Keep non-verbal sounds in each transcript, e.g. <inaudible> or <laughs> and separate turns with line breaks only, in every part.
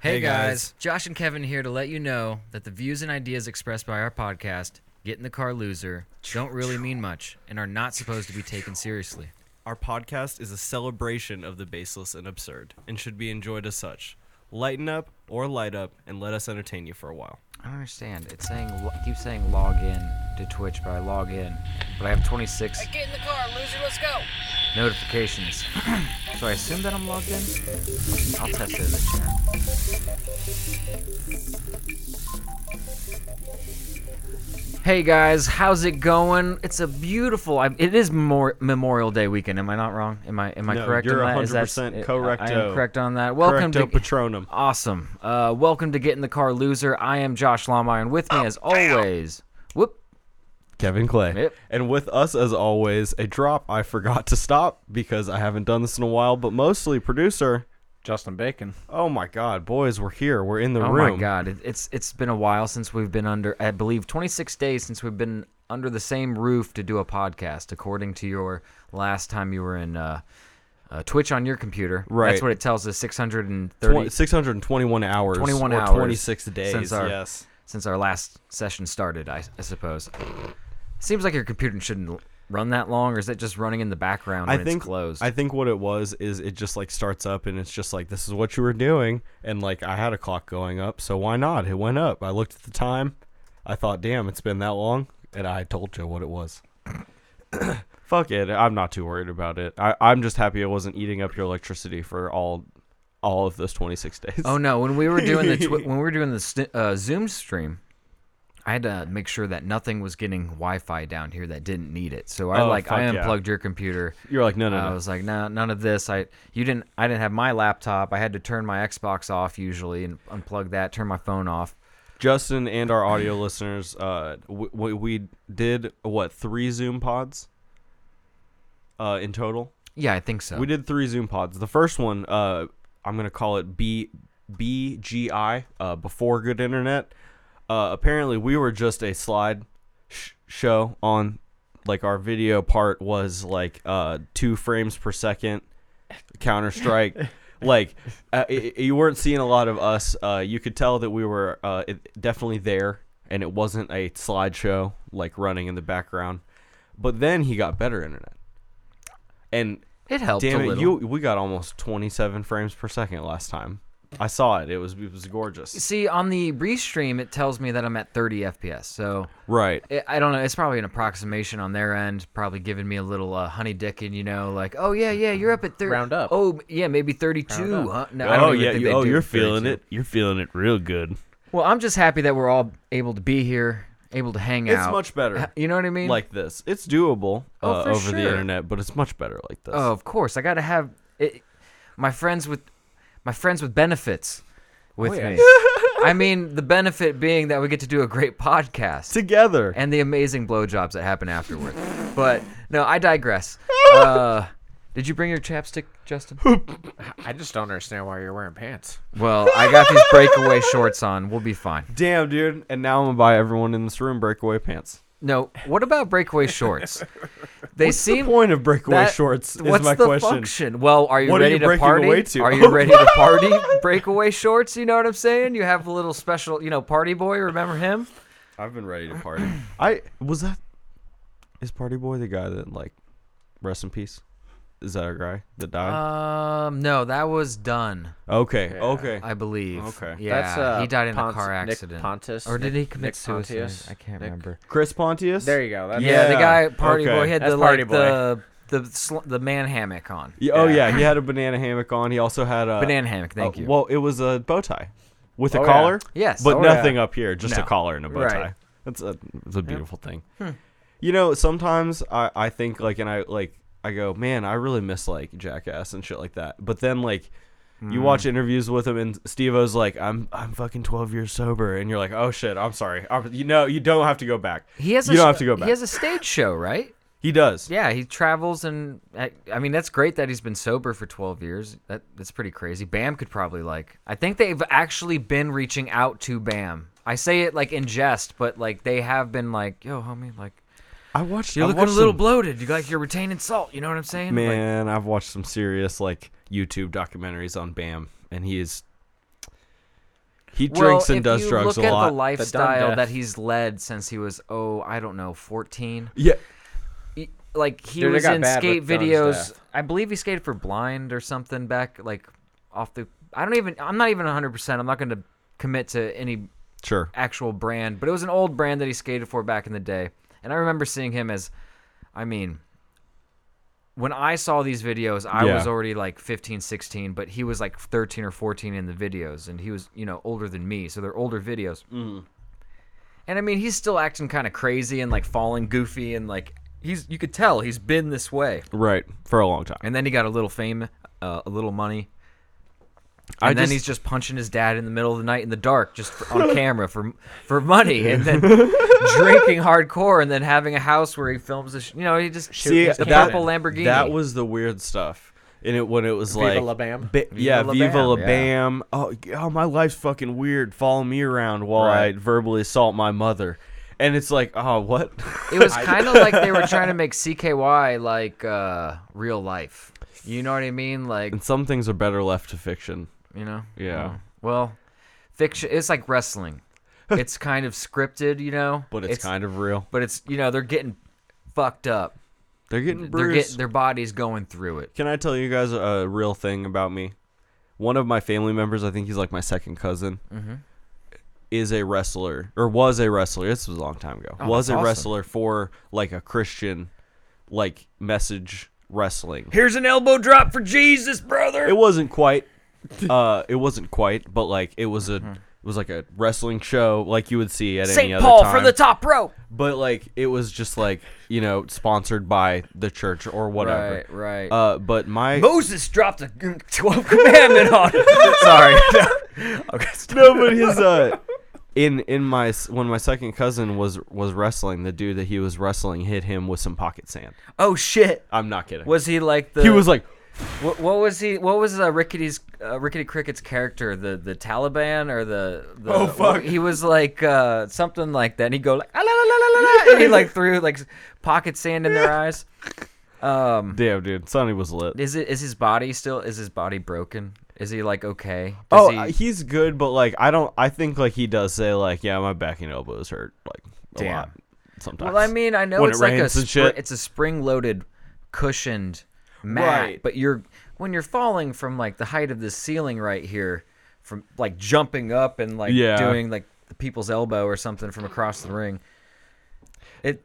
Hey,
Hey, guys.
guys. Josh and Kevin here to let you know that the views and ideas expressed by our podcast, Get in the Car Loser, don't really mean much and are not supposed to be taken seriously.
Our podcast is a celebration of the baseless and absurd and should be enjoyed as such. Lighten up or light up and let us entertain you for a while.
I don't understand. It's saying lo- keep saying log in to Twitch, but I log in, but I have 26
Get in the car, loser. Let's go.
notifications. <clears throat> so I assume that I'm logged in. I'll test it in the chat. Hey guys, how's it going? It's a beautiful. I, it is Memor- Memorial Day weekend. Am I not wrong? Am I am I
No,
correct
you're
on that? Is that-
100%
I- I am
correcto.
correct on that. Welcome
Correcto
to
Patronum.
Awesome. Uh, welcome to Get in the Car Loser. I am Josh Lomire, and with me,
Oh,
as always, whoop,
Kevin Clay.
Yep.
And with us, as always, a drop I forgot to stop because I haven't done this in a while, but mostly producer.
Justin Bacon.
Oh my God, boys, we're here. We're in the
Oh
room.
my God, it, it's it's been a while since we've been under. I believe 26 days since we've been under the same roof to do a podcast. According to your last time you were in uh, uh, Twitch on your computer,
Right.
That's what it tells us. 630
Twen- 621 hours.
21
or
hours
26 days.
since our-
yes.
since our last session started. I, I suppose. Seems like your computer shouldn't l- run that long, or is it just running in the background when
I think
it's closed?
I think what it was is it just like starts up and it's just like this is what you were doing and like I had a clock going up, so why not? It went up. I looked at the time. I thought, "Damn, it's been that long." And I told you what it was. <coughs> Fuck it. I'm not too worried about it. I I'm just happy I wasn't eating up your electricity for all all of those 26 <laughs> days.
Oh no! When we were doing the tw-
<laughs>
when we were doing the st- uh, Zoom stream, I had to make sure that nothing was getting Wi-Fi down here that didn't need it. So I
Oh,
like I
fuck yeah.
unplugged your computer.
You're like, "No, no,
I
no."
was like, no, none of this. I you didn't. I didn't have my laptop. I had to turn my Xbox off usually and unplug that. Turn my phone off.
Justin and our audio listeners, uh, w- w- we did what three Zoom pods, uh, in total.
Yeah, I think so.
We did three Zoom pods. The first one, uh, I'm gonna call it B BGI, uh, before good internet. Uh, apparently, we were just a slide sh- show on, like our video part was like uh, two frames per second, Counter Strike. like uh, i i- you weren't seeing a lot of us. Uh, you could tell that we were uh, it, definitely there, and it wasn't a slideshow like running in the background. But then he got better internet, and
It helped
Damn
a
it,
little.
you we got almost 27 frames per second last time. I saw it. It was it was gorgeous.
See on the restream, it tells me that I'm at 30 FPS. So
Right.
I- I don't know. It's probably an approximation on their end. Probably giving me a little uh, honey dicking, you know, like, oh yeah, yeah, you're up at thirty.
Round up.
Oh yeah, maybe thirty-two.
Round
Huh? No, I
Oh
don't even
yeah.
think
You,
they
oh,
do
you're feeling
32.
it. You're feeling it real good.
Well, I'm just happy that we're all able to be here, able to hang
It's
out.
much better.
You know what uh, I mean?
Like this. It's doable
Oh,
uh,
for
over the
sure.
internet, but it's much better like this.
oh, of course, I got to have it, my friends with my friends with benefits with
Oh, yeah.
me.
<laughs>
I mean, the benefit being that we get to do a great podcast.
Together.
and the amazing blowjobs that happen
<laughs>
afterward. But no, I digress. Uh, did you bring your chapstick, Justin?
I just don't understand why you're wearing pants.
Well, I got these
<laughs>
breakaway shorts on. We'll be fine.
Damn, dude. And now I'm gonna buy everyone in this room breakaway pants.
No, what about breakaway shorts?
<laughs>
They seem
The point of breakaway
that-
shorts is
what's
my
the
question.
function? Well, are you
What are
ready
you
to
breaking
party?
away to?
Are you ready to
<laughs>
party? breakaway shorts. You know what I'm saying? You have a little special, you know, party boy. Remember him?
I've been ready to party. <clears throat> I was that. Is Party Boy the guy that like, rest in peace? Is that a guy that died?
Um, no, that was done.
okay. Okay.
I believe.
Okay.
Yeah,
That's, uh,
he died in a
Ponce-
car
Nick
accident.
Pontus?
or did
Nick-
he commit
Nick
suicide?
Pontius?
I can't
Nick-
remember.
Chris Pontius.
There you go. That's
Yeah, the
Yeah,
guy at party
okay.
boy he had
That's
the like
Party Boy.
the the sl- the man hammock on.
Yeah, Oh yeah, he had a banana hammock on. He also had a
Banana hammock,
uh,
thank you.
Well, it was a bow tie with a
Oh, yeah.
collar.
Yes.
but
Oh,
nothing up here, just a
No. Hmm.
collar and a bow tie.
Right.
That's a it's a beautiful thing. You know, sometimes I I think like and I like I go, man, I really miss like Jackass and shit like that. But then like. You
Hmm.
watch interviews with him, and Steve-O's like, "I'm I'm fucking 12 years sober," and you're like, "Oh shit, I'm sorry." I'm, you know, you don't have to go back.
He has
you
a
don't
sh-
have to go back.
He has a stage show, right?
he does.
Yeah, he travels and I, I mean that's great that he's been sober for 12 years. That that's pretty crazy. Bam could probably like I think they've actually been reaching out to Bam. I say it like in jest, but like they have been like, "Yo, homie, like
I watched.
you're
I
looking a
watched
little
some-
bloated. You like you're retaining salt, you know what I'm saying?" Like,
Man, I've watched some serious like YouTube documentaries on Bam, and he is He drinks
well,
and does
if you
drugs
look
a
at
lot.
the lifestyle
death.
that he's led since he was oh I don't know 14.
yeah,
He- like he
Dude, it
was
got
in
bad
skate
with Dunn's
videos.
death.
I believe he skated for Blind or something back like off the. I don't even. I'm not even 100. percent I'm not going to commit to any
sure.
actual brand, but it was an old brand that he skated for back in the day. And I remember seeing him as, I mean, when I saw these videos, I
Yeah.
was already like 15, 16, but he was like 13 or 14 in the videos, and he was, you know, older than me. So they're older videos. And I mean, he's still acting kind of crazy and like falling goofy, and like he's, you could tell he's been this way.
Right. For a long time.
And then he got a little fame, uh, a little money.
I
And then
just-
he's just punching his dad in the middle of the night in the dark, just for,
<laughs>
on camera for for money, and then drinking hardcore, and then having a house where he films. A sh- you know, he just
See,
it's a
that,
purple Lamborghini.
that was the weird stuff. And it when it was
Viva
like
La Bam?
Ba- yeah,
La
Viva
Bam,
La
yeah.
Bam. Oh, g- oh, my life's fucking weird. Follow me around while I
Right.
verbally assault my mother. And it's like, oh, what? <laughs>
it was kind of like they were trying to make CKY like uh, real life. You know what I mean? Like
and some things are better left to fiction.
you know.
Yeah.
Uh, Well, fiction. It's like
<laughs>
wrestling. it's kind of scripted, you know.
But it's, kind of real.
But it's you know they're getting fucked up.
They're getting
They're
bruised.
getting their body's going through it.
Can I tell you guys a real thing about me? One of my family members, I think he's like my second cousin, is a wrestler or was a wrestler. This was a long time ago. was a
that's awesome.
wrestler for like a Christian, like message wrestling.
Here's an elbow drop for Jesus, brother.
It wasn't quite. Uh, it wasn't quite, but like it was a. It was like a wrestling show, like you would see at any
St.
other
Paul
time.
for the top rope.
but like it was just like you know sponsored by the church or whatever.
Right, right.
Uh, but my
Moses dropped a 12 <laughs> commandment on
<laughs>
it.
Sorry. <laughs>
no, but his uh, in in my s- when my second cousin was was wrestling, the dude that he was wrestling hit him with some pocket sand.
oh shit.
I'm not kidding.
Was he like the?
he was like,
What, what was he? What was uh, Rickety's uh, Rickety Cricket's character? The the Taliban or the? the oh fuck. He was like uh, something like that. And he'd go like ah, la, la, la,
<laughs>
la, la, and he like threw like pocket sand in their eyes. Um,
damn dude, Sonny was lit.
is it is his body still? Is his body broken? Is he like okay? Does
Oh,
he,
uh, he's good, but like I don't. I think like he does say like, yeah, my back and elbows hurt like a
Damn.
lot sometimes.
well, I mean, I know
when
it's
it
like a
rains and
spri-
shit.
it's a spring-loaded, cushioned mat,
Right.
but you're when you're falling from like the height of this ceiling right here, from like jumping up and like
Yeah.
doing like the people's elbow or something from across the ring. It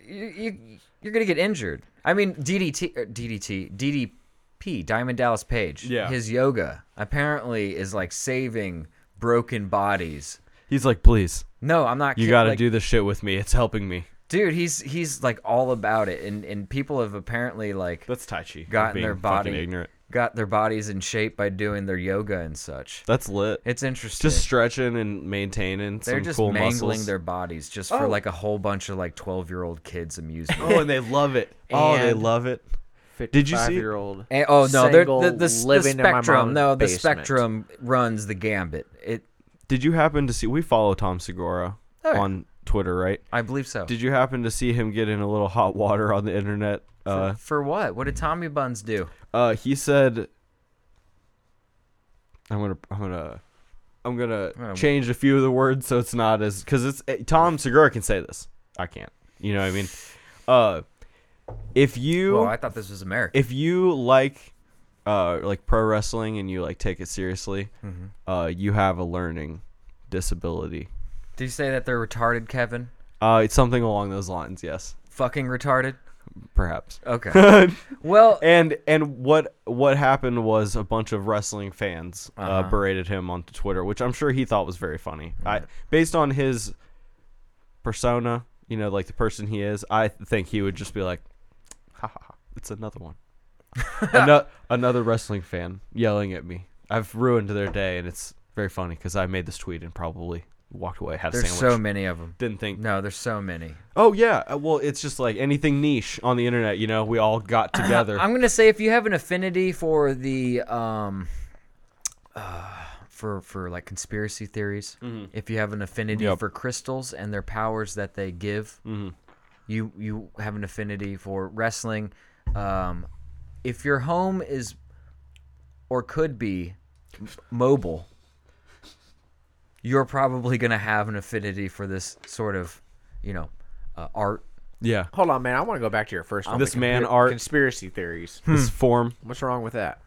you, you you're gonna get injured. I mean DDT or DDT DDP Diamond Dallas Page.
Yeah.
his yoga apparently is like saving broken bodies.
he's like, please,
No, I'm not.
you
kid-
got to
like,
do this shit with me. It's helping me.
dude he's he's like all about it and and people have apparently like
That's Tai Chi.
Got in
being
their
fucking
body.
ignorant.
got their bodies in shape by doing their yoga and such
That's lit.
it's interesting
just stretching and maintaining
they're
some
just
cool
mangling
muscles.
their bodies just
Oh.
for like a whole bunch of like 12 year old kids amusement
oh, and they love it. oh, they
And-
love it. Did you see-
55 year old.
<laughs> And- oh no they're
Single
the, the, s- the
living in my
spectrum
mom's
no the
basement.
spectrum runs the gambit it
Did you happen to see? We follow Tom Segura
Oh, yeah.
on Twitter, right?
i believe so
Did you happen to see him get in a little hot water on the internet? Uh,
for what what did tommy buns do
uh, he said, "I'm gonna, I'm gonna, I'm gonna
gonna-
change a few of the words so it's not as because it's eh, Tom Segura can say this. I can't. You know what I mean? Uh, if you
well i thought this was america
if you like uh like pro wrestling and you like take it seriously, uh, you have a learning disability.
did you say that they're retarded kevin
Uh, it's something along those lines. Yes,
fucking retarded
perhaps.
okay
<laughs>
well
And and what what happened was a bunch of wrestling fans uh
Uh-huh.
berated him on Twitter, which I'm sure he thought was very funny. I based on his persona, you know, like the person he is, I think he would just be like, "Ha ha, ha it's another
<laughs>
one, Ano- another wrestling fan yelling at me. I've ruined their day, and it's very funny because I made this tweet and probably walked away had a
there's
sandwich.
so many of them
Didn't think.
no there's so many
Oh yeah, uh, well it's just like anything niche on the internet. You know, we all
<coughs>
got together.
I'm gonna say if you have an affinity for the um, uh, for for like conspiracy theories, if you have an affinity
Yep.
for crystals and their powers that they give, you you have an affinity for wrestling. Um, if your home is or could be m- mobile, you're probably going to have an affinity for this sort of, you know, uh, art.
Yeah.
Hold on, man. I want to go back to your first one.
This
the
man
conspir-
art-
conspiracy theories.
Hmm.
This form.
What's wrong with that?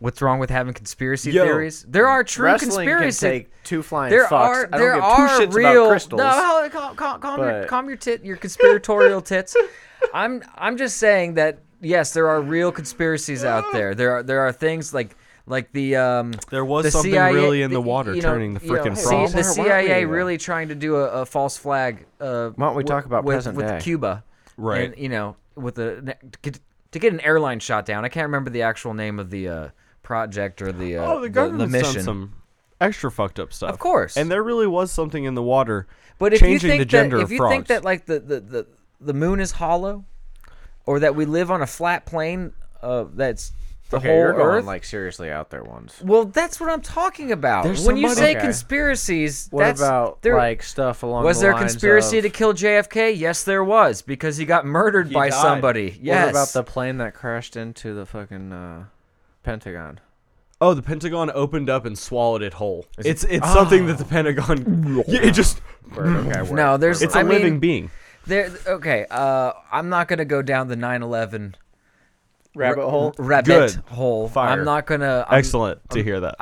What's wrong with having conspiracy
Yo,
theories? There are true
Wrestling can
conspiracy.
take two flying
there
fucks.
are
I don't
there
give
are
two shits
real
about crystals.
no hold- calm, calm, calm your,
but-
calm your tit your conspiratorial tits <laughs> i'm i'm just saying that yes there are real conspiracies out there there are there are things like like the um
There was
the
something
CIA
really in the
you
water
know-
turning the
you know,
frickin'
see,
frogs.
the
Why aren't we
cia
though?
really trying to do a, a false flag uh
Why don't
wi-
we talk about
with,
present
with
day?
cuba
Right.
and, you know with a to get, to get an airline shot down i can't remember the actual name of the uh project or the uh
Oh, the government's
mission
done some extra fucked up stuff.
Of course.
And there really was something in the water
But if you
changing
think
the gender
that, if
of
you
frogs.
think that like the, the, the, the moon is hollow, or that we live on a flat plane, uh, that's the
okay,
whole
you're going
earth.
like seriously out there ones.
well, that's what I'm talking about.
There's
when you
somebody-
say
Okay.
conspiracies,
What
that's,
about
there,
like stuff along?
was
the
there a
lines
conspiracy
of,
to kill JFK? Yes, there was because he got murdered by
died.
somebody. Yes.
What about the plane that crashed into the fucking uh, Pentagon?
Oh, the Pentagon opened up and swallowed it whole. It's it's something that
<laughs>
the Pentagon Yeah, it just
Word, okay, word,
no, Ah. there's.
it's a
I mean,
living being.
There. Okay. Uh, I'm not gonna go down the 9/11
rabbit hole.
rabbit
Good.
hole.
Fire.
I'm not gonna. I'm,
Excellent to hear that.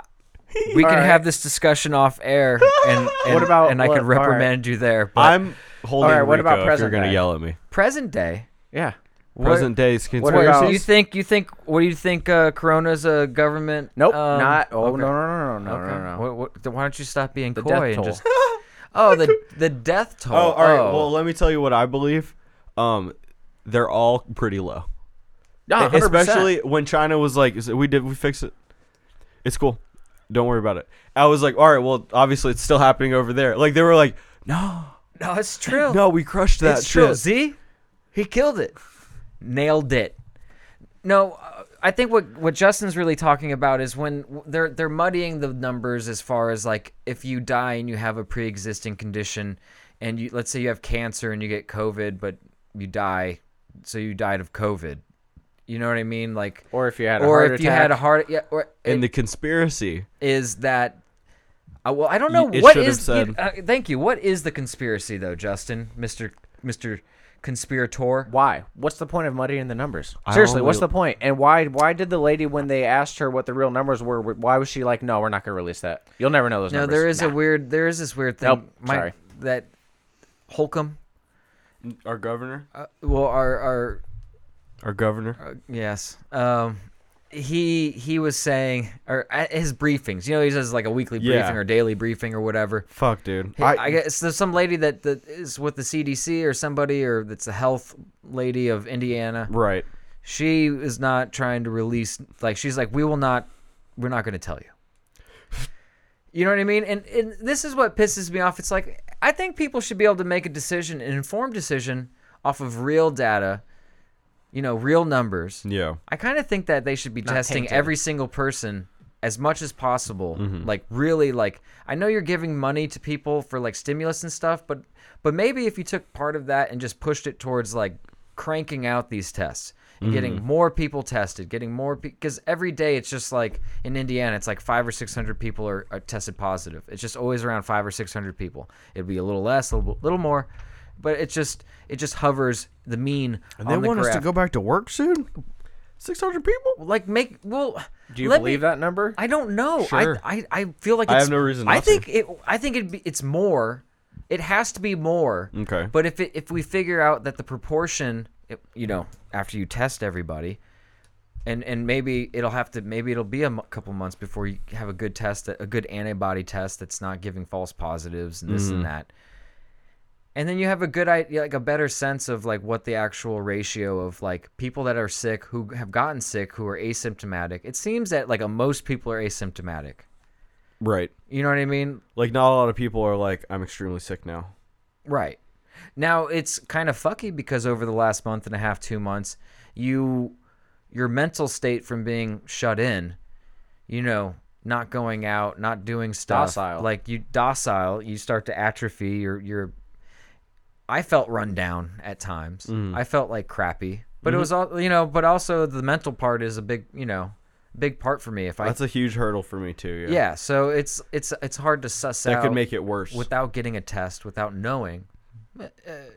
We can
All right.
have this discussion off air, and, and
<laughs> What about-
and I
what-
can
all right.
reprimand you there. But
I'm holding
All right, what
Rico
about
if you're
present
going to
day?
yell at me.
present day,
Yeah.
Present day's
What
conspiracy.
about
you think you think what do you think? Uh, Corona's a government?
Nope.
um,
not. Oh
okay.
no no no no
Okay.
no no. no.
What, what, then why don't you stop being
The
coy
death
and
toll.
just? <laughs> Oh,
<laughs>
the the death toll.
Oh, all right. Well, let me tell you what I believe. Um, they're all pretty low, Ah,
Yeah, 100%.
E, especially when China was like, "Is it- "We did, we fix it. It's cool. Don't worry about it." I was like, "All right, well, obviously it's still happening over there." Like they were like, "No,
<laughs> no, it's true.
no, we crushed that
it's
shit."
true. See, he killed it, nailed it. No, uh, I think what what Justin's really talking about is when w- they're they're muddying the numbers as far as like if you die and you have a pre-existing condition, and you let's say you have cancer and you get COVID, but you die, so you died of COVID. You know what I mean? Like,
Or if you had a
or
heart
if you had a
attack.
heart, yeah, or
And the conspiracy.
is that uh, well i don't know
Y- it
what
should have
is
said-
uh, thank you what is the conspiracy though justin mr mr conspirator
Why? What's the point of muddying the numbers?
I
Seriously,
only-
what's the point? And why? Why did the lady, when they asked her what the real numbers were, wh- why was she like, "No, we're not going to release that. You'll never know those
no
numbers."
there is
Nah.
a weird there is this weird thing
Nope, sorry.
that holcomb
Our governor.
uh, well our our
Our governor.
Yes. Um, he he was saying, or at his briefings. You know, he does like a weekly briefing
Yeah.
or daily briefing or whatever.
Fuck, dude.
I, guess there's some lady that, that is with the CDC or somebody, or that's the health lady of Indiana.
right.
She is not trying to release. Like she's like, we will not. We're not going to tell you. You know what I mean? And, and this is what pisses me off. It's like I think people should be able to make a decision, an informed decision, off of real data. You know, real numbers.
Yeah.
I kind of think that they should be testing
tainted.
every single person as much as possible.
Mm-hmm.
Like really like I know you're giving money to people for like stimulus and stuff, but but maybe if you took part of that and just pushed it towards like cranking out these tests and
Mm-hmm.
getting more people tested, getting more because every day it's just like in Indiana it's like 5 or 600 people are, are tested positive. It's just always around 5 or 600 people. It'd be a little less, a little, little more, but it just it just hovers the mean
And they
on the
want us to
graph.
go back to work soon. Six hundred people.
like make well
Do you
let
believe
me,
that number?
I don't know.
Sure.
I, I I feel like
I
it's,
have no reason
I
not to.
think it. I think it'd be. It's more. It has to be more.
Okay.
But if it, if we figure out that the proportion, it, you know, after you test everybody, and and maybe it'll have to maybe it'll be a m- couple months before you have a good test, a good antibody test that's not giving false positives and this and that. And then you have a good idea, like a better sense of like what the actual ratio of like people that are sick who have gotten sick who are asymptomatic. It seems that like a, most people are asymptomatic.
Right.
You know what I mean?
Like not a lot of people are like, I'm extremely sick now.
Right. Now it's kind of fucky because over the last month and a half, two months, you your mental state from being shut in, you know, not going out, not doing stuff,
Docile.
like you docile, you start to atrophy. Your your I felt run down at
Mm. Mm-hmm.
times. I felt like crappy, but it was all you know. But also the mental part is a big you know big part for me. If I
That's a huge hurdle for me too. Yeah.
yeah, so it's it's it's hard to suss
That
out.
could make it worse.
without getting a test, without knowing, uh,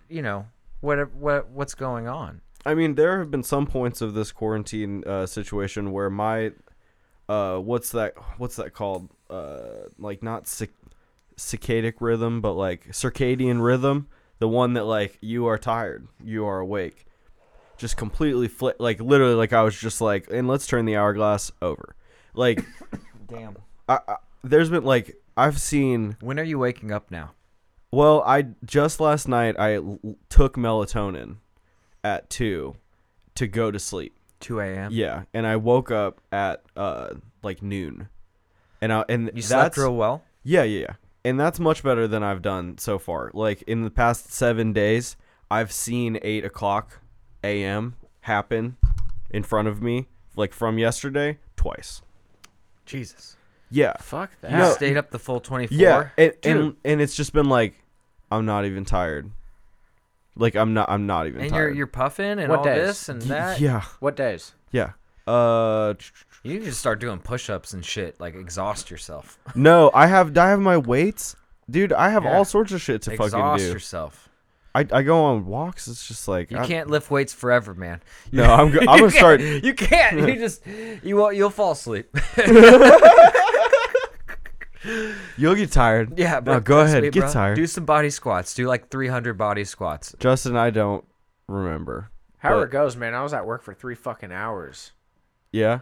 you know, what what what's going on.
I mean, there have been some points of this quarantine uh, situation where my, uh, what's that? What's that called? Uh, like not cic- circadic rhythm, but like circadian rhythm, the one that like you are tired, you are awake, just completely flip. Like literally, like I was just like, and let's turn the hourglass over. Like,
Damn.
I, I, there's been like I've seen
When are you waking up now?
Well, I just last night I l- took melatonin at 2 to go to sleep.
2 a.m.
Yeah, and I woke up at uh like noon. And I and
You
that's
slept real well.
Yeah, yeah, yeah. And that's much better than I've done so far. Like in the past 7 days, I've seen 8 o'clock a.m. happen in front of me like from yesterday twice.
Jesus.
Yeah.
Fuck that.
You
No.
stayed up the full 24.
Yeah, and, and
Dude.
and it's just been like, I'm not even tired. Like I'm not I'm not even
And you're
tired.
you're puffing and
What
all
days?
this and
Y-
that.
Yeah,
What days?
yeah. Uh, tr- tr- tr-
You need to start doing push-ups and shit. Like exhaust yourself.
no, I have I have my weights, dude. I have
Yeah.
all sorts of shit to
exhaust
fucking do.
yourself.
I, I go on walks. It's just like
You
I-
can't lift weights forever, man.
No, I'm go-
<laughs>
I'm
You
gonna
can't-
start.
You can't.
<laughs>
You just you won't- you'll fall asleep. <laughs>
You'll get tired.
yeah,
No,
bro.
go
trust
ahead.
me,
get
bro.
tired.
Do some body squats. Do like 300 body squats.
Justin, I don't remember.
However
But-
it goes, man. I was at work for three fucking hours.
Yeah.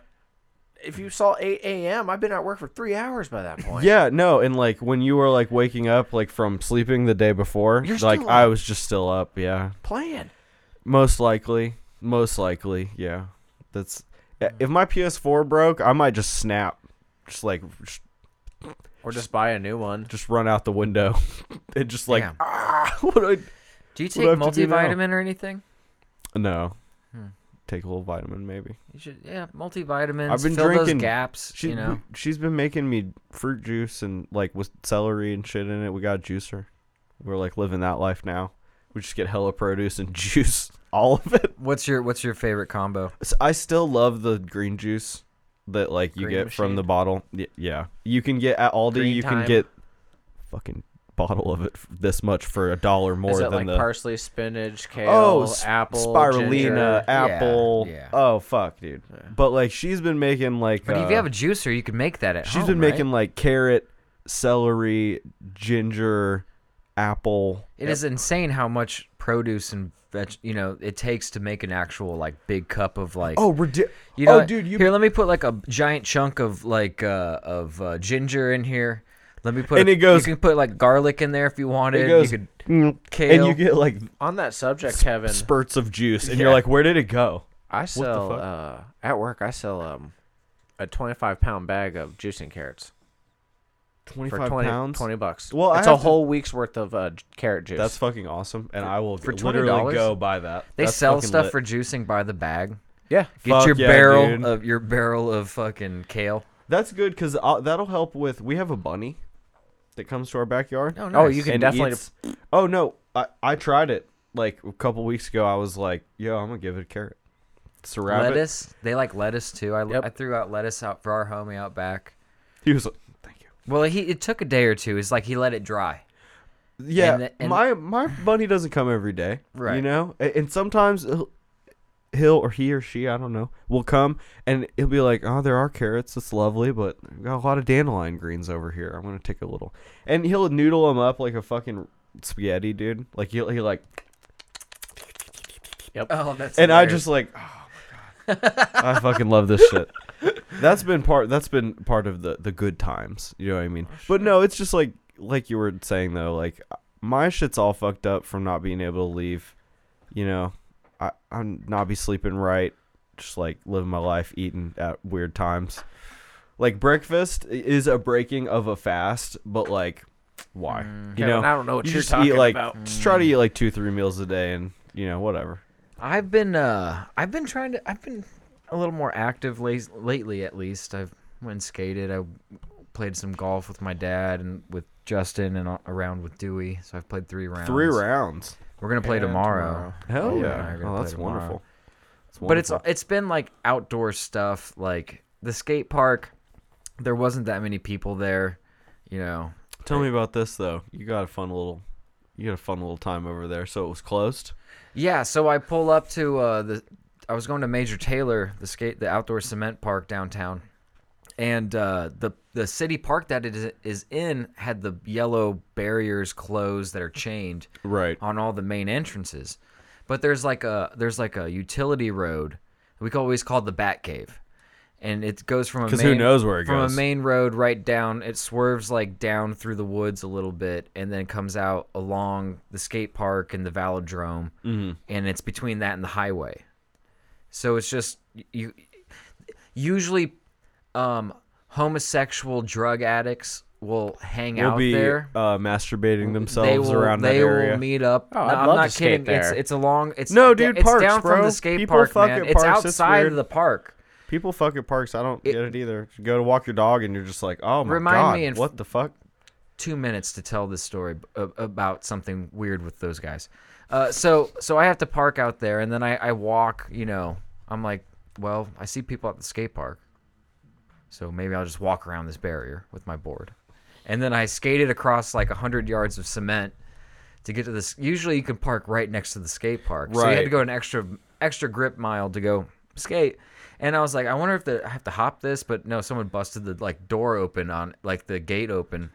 If you saw 8 a.m., I've been at work for three hours by that point.
Yeah, no, and like when you were like waking up like from sleeping the day before,
You're
like
still
I
up.
was just still up, yeah.
Playing.
Most likely. Most likely, yeah. That's if my PS4 broke, I might just snap. Just like just,
Or just buy a new one.
just run out the window. <laughs> and just like
Damn.
ah, what do
Do you
do
take
I have to do now?
multivitamin or anything?
I No.
Hmm.
Take a little vitamin maybe.
You should, yeah, multivitamins.
I've been
fill
drinking-
those gaps.
She
you know,
she's been making me fruit juice and like with celery and shit in it. We got a juicer. We're like living that life now. We just get hella produce and <laughs> juice all of it.
what's your what's your favorite combo?
S- I still love the green juice that like you
Green
get from the
machine?
bottle. Y- yeah, you can get at Aldi.
Green
you
time?
can get fucking bottle of it f- this much for a dollar more
Is it
than
like
the
parsley, spinach, kale,
oh s-
apple,
spirulina
ginger?
apple.
yeah.
Oh fuck, dude. But like she's been making like
But
uh,
if you have a juicer, you can make that at
she's
home.
been
right?
making like carrot, celery, ginger, apple.
It is insane how much produce and veg, you know, it takes to make an actual like big cup of like.
Oh, ridi-
you know,
oh, dude, you
here. Let me put like a giant chunk of like uh, of uh, ginger in here. Let me put.
And
a-
it goes-
You can put like garlic in there if you wanted.
it goes, mm,
you could
and
kale.
you get like
On that subject, Kevin,
spurts of juice, and
Yeah.
you're like, where did it go?
I sell
fuck?
uh, at work. I sell um, a 25 pound bag of juicing carrots
Twenty
for
five
20,
pounds.
20 bucks.
Well, I
it's a
have to-
whole week's worth of uh, j- carrot juice.
That's fucking awesome, and I will
for
literally
$20?
go buy that.
they
That's
sell
fucking
stuff
lit.
for juicing by the bag.
yeah.
Get
Fuck
your
yeah,
barrel
dude.
of your barrel of fucking kale.
That's good because that'll help with. We have a bunny that comes to our backyard.
Oh,
Oh,
nice.
you can
and
definitely.
eats- oh no, I I tried it like a couple weeks ago. I was like, yo, I'm gonna give it a carrot. It's a rabbit.
lettuce. They like lettuce too. I,
Yep.
I threw out lettuce out for our homie out back.
He was like, thank you.
Well, he it took a day or two. It's like he let it dry.
Yeah,
And the- and-
my my bunny doesn't come every day, You
Right.
know, A- and sometimes he'll, he'll or he or she, I don't know, will come and he'll be like, "Oh, there are carrots. It's lovely, but I've got a lot of dandelion greens over here. I'm gonna take a little." And he'll noodle them up like a fucking spaghetti, dude. Like he'll he like,
Oh, that's
and I just like, oh my god, I fucking love this shit. <laughs> That's been part. That's been part of the the good times. You know what I
Oh,
mean? But no, it's just like like you were saying though. Like uh, my shit's all fucked up from not being able to leave. You know, I I'm not be sleeping right. Just like living my life, eating at weird times. Like breakfast i- is a breaking of a fast, but like, why? You
Kevin,
know,
Mm. I don't know what
you
you're
just
talking
eat like
about. Mm.
just try to eat like two three meals a day, and you know whatever.
I've been uh I've been trying to I've been a little more active late, lately at least. I've went and skated. I played some golf with my dad and with Justin and a- around with Dewey. So I've played three rounds.
Three rounds.
We're gonna play
And
tomorrow.
tomorrow.
Hell
Owen and I
yeah!
are gonna
Oh,
play
that's
tomorrow.
wonderful.
But it's it's been like outdoor stuff, like the skate park, there wasn't that many people there. You know,
Tell me about this though. You got a fun little, you had a fun little time over there. So it was closed.
Yeah, so I pull up to uh, the. I was going to Major Taylor, the skate, the outdoor cement park downtown, and uh, the the city park that it is, is in had the yellow barriers closed that are chained
Right.
on all the main entrances, but there's like a there's like a utility road we call always called the Bat Cave, and it goes from a
'Cause who
main-
knows where it
from
goes.
a main road right down. It swerves like down through the woods a little bit, and then comes out along the skate park and the Velodrome,
Mm-hmm.
and it's between that and the highway. So it's just you. Usually, um, homosexual drug addicts will hang
We'll
out
be
there.
uh, masturbating themselves
They will,
around that
they
area.
will meet up.
Oh,
No,
I'd
I'm
love
not
to skate
kidding. It's
there.
it's along. It's
No,
d-
dude,
It's
parks,
down from
bro.
the skate
People
park,
fuck
man.
at
It's
parks, it's
outside
weird.
of the park.
People fuck at parks. I don't get it either. You go to walk your dog and you're just like, oh my
Remind
god,
me in-
what the fuck?
two minutes to tell this story b- a- about something weird with those guys. Uh, so so I have to park out there, and then I, I walk. You know, I'm like, well, I see people at the skate park, so maybe I'll just walk around this barrier with my board, and then I skated across like hundred yards of cement to get to this. Usually, you can park right next to the skate park, so you had to
Right.
go an extra extra grip mile to go skate. And I was like, I wonder if the, I have to hop this, but no, someone busted the like door open on like the gate open.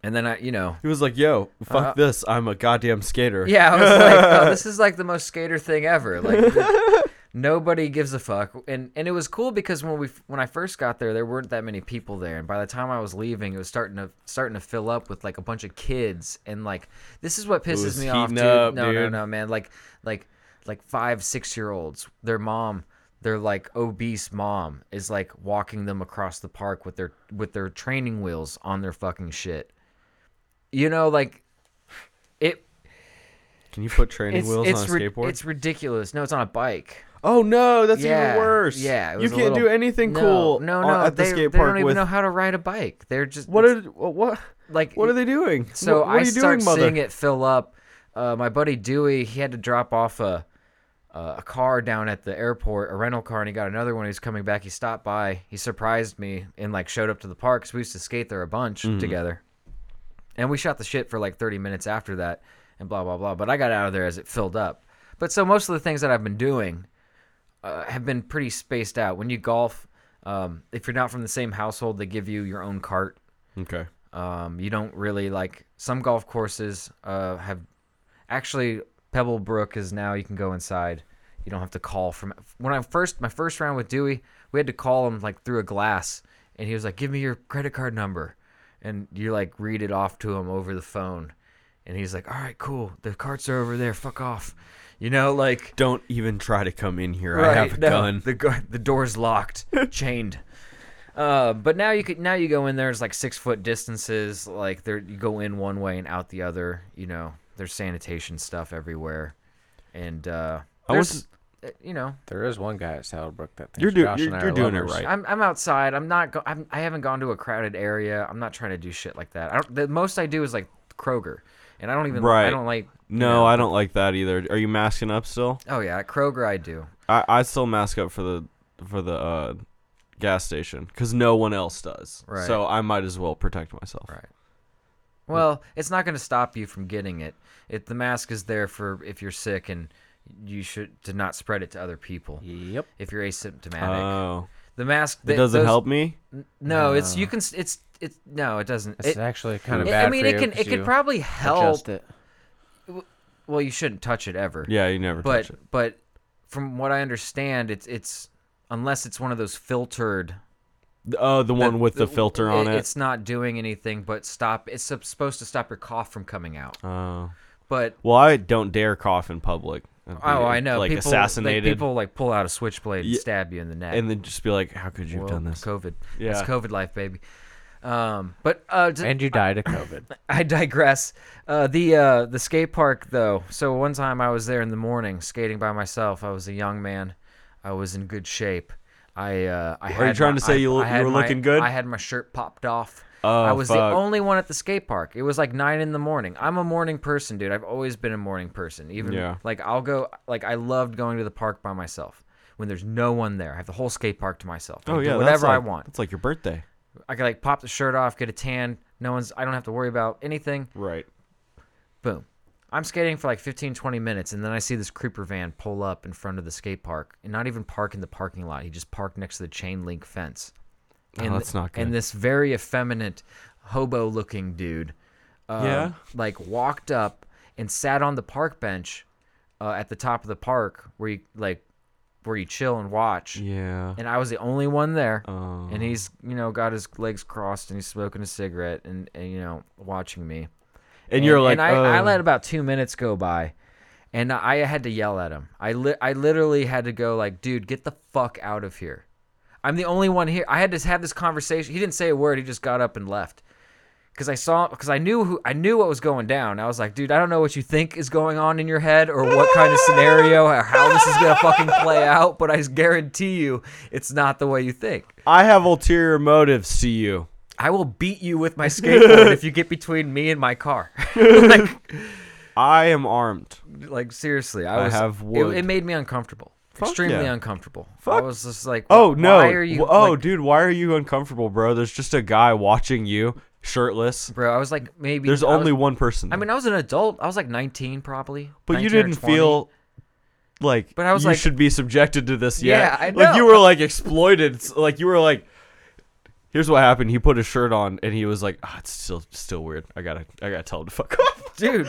And then I, you know,
He was like, yo, fuck this. I'm a goddamn skater.
yeah,
<laughs>
I was like, oh, this is like the most skater thing ever. Like,
<laughs>
the- nobody gives a fuck. And and it was cool because when we when I first got there, there weren't that many people there. And by the time I was leaving, it was starting to starting to fill up with like a bunch of kids. And like, this is what pisses
was
me off,
heating
dude.
up,
no, no,
dude.
no, man. Like, like, like five, six year olds. Their mom. Their like obese mom is like walking them across the park with their with their training wheels on their fucking shit. You know, like it
Can you put training wheels on a
rid-
skateboard?
It's ridiculous. No, it's on a bike.
oh no, that's
yeah,
even worse.
Yeah, it
you
was a
can't
little-
do anything
No,
cool.
No,
on-
no,
at the
they,
skate
they
park
don't even
with
know how to ride a bike. They're just
what are what
like
what are they doing?
So
what, what
I
are you
start
doing, mother?
seeing it fill up. Uh, my buddy Dewey, he had to drop off a uh, a car down at the airport, a rental car, and he got another one. He was coming back. He stopped by. He surprised me and like showed up to the park 'cause we used to skate there a bunch
Mm-hmm.
together. And we shot the shit for like 30 minutes after that, and blah blah blah. But I got out of there as it filled up. But so most of the things that I've been doing uh, have been pretty spaced out. When you golf, um, if you're not from the same household, they give you your own cart
Okay.
um, you don't really like some golf courses uh, have actually Pebble Brook is now you can go inside. You don't have to call from when I first my first round with Dewey, we had to call him like through a glass and he was like, "Give me your credit card number." And you like read it off to him over the phone. And he's like, "All right, cool. The carts are over there. Fuck off." You know, like
Don't even try to come in here. I
Right,
have a
no,
gun.
The gu- the door's
<laughs>
locked, chained. Uh, but now you could now you go in there. It's like six foot distances. Like there, you go in one way and out the other. You know, there's sanitation stuff everywhere, and uh,
I
there's,
was-
uh, you know,
There is one guy at Saddlebrook that thinks
You're do-
Josh
you're-
and I
you're
are
doing it
lovers.
right.
I'm I'm outside. I'm not. Go- I'm, I haven't gone to a crowded area. I'm not trying to do shit like that. I don't, the most I do is like Kroger, and I don't even. I
Right.
don't like. you
No,
know-
I don't like that either. Are you masking up still?
Oh yeah, at Kroger I do.
I, I still mask up for the for the uh, gas station because no one else does.
Right.
So I might as well protect myself.
Right. Well, it's not going to stop you from getting it. It the mask is there for if you're sick and you should to not spread it to other people.
Yep.
If you're asymptomatic,
Oh,
the mask
it
th-
doesn't
those-
help me.
No, it's you can s- it's it's no, it doesn't.
It's
It-
actually kind
it-
of bad.
I mean,
for
it
you
can
'cause
it
you
could probably help.
adjust it.
Well, you shouldn't touch it ever.
Yeah, you never touch
but
it.
but from what I understand, it's it's unless it's one of those filtered
Oh, the one with the filter on it.
It's not doing anything but stop. It's sup- supposed to stop your cough from coming out,
Oh.
but
Well, I don't dare cough in public. I'd be,
Oh, I know.
Like
people,
assassinated,
Like, people like pull out a switchblade and
Ye-
stab you in the neck.
and then just be like, "How could you have
Well,
done this?"
COVID. Yeah.
Yeah.
It's COVID life, baby. Um, but uh, d-
And you died of <laughs> COVID.
I digress. Uh, the uh, the skate park though. So one time I was there in the morning skating by myself. I was a young man. I was in good shape. I uh, I
you
had
trying
my-
to say
I-
you look-
I
you
had
were
my-
looking good?
I had my shirt popped off.
Oh,
I was the
fuck.
only one at the skate park. It was like nine in the morning. I'm a morning person, dude. I've always been a morning person. Even
Yeah.
like I'll go like I loved going to the park by myself. when there's no one there. I have the whole skate park to myself. I
Oh
can do
yeah, that's
whatever I
like-
want.
It's like your birthday,
I can like pop the shirt off, get a tan. No one's. I don't have to worry about anything.
right?
Boom. I'm skating for like 15, 20 minutes, and then I see this creeper van pull up in front of the skate park and not even park in the parking lot. He just parked next to the chain link fence.
Oh,
And
that's not
And
good.
this very effeminate, hobo looking dude, uh,
Yeah?
like walked up and sat on the park bench uh, at the top of the park where you like where you chill and watch.
Yeah.
And I was the only one there.
Um,
And he's, you know, got his legs crossed and he's smoking a cigarette and, and you know, watching me.
and you're like,
and I, I
oh.
let about two minutes go by, and I had to yell at him. I li- I literally had to go like, dude, get the fuck out of here. I'm the only one here. I had to have this conversation. He didn't say a word. He just got up and left. Cause I saw, cause I knew who, I knew what was going down. I was like, dude, I don't know what you think is going on in your head, or what kind of scenario, or how this is gonna fucking play out. But I guarantee you, it's not the way you think.
I have ulterior motives to you.
I will beat you with my skateboard if you get between me and my car. <laughs> Like,
I am armed.
like seriously,
I
I was.
have
it-
wood.
It, made me uncomfortable, extremely
yeah.
uncomfortable. I
Fuck.
was just like,
Oh
"Wh-
no!
why are you?
W- oh,
like,
dude, why are you uncomfortable, bro? There's just a guy watching you, shirtless.
bro, I was like, maybe
There's
I was-
only one person.
I mean, I was an adult. I was like 19, probably.
but you
19 or
didn't
20.
feel like
But I was
you
like-
should be subjected to this yet.
Yeah, I
Like you
know.
were like exploited. s- Like you were like. Here's what happened. He put his shirt on, and he was like, "Ah, "It's still, still weird. I gotta, I gotta tell him to fuck off." <laughs>
dude.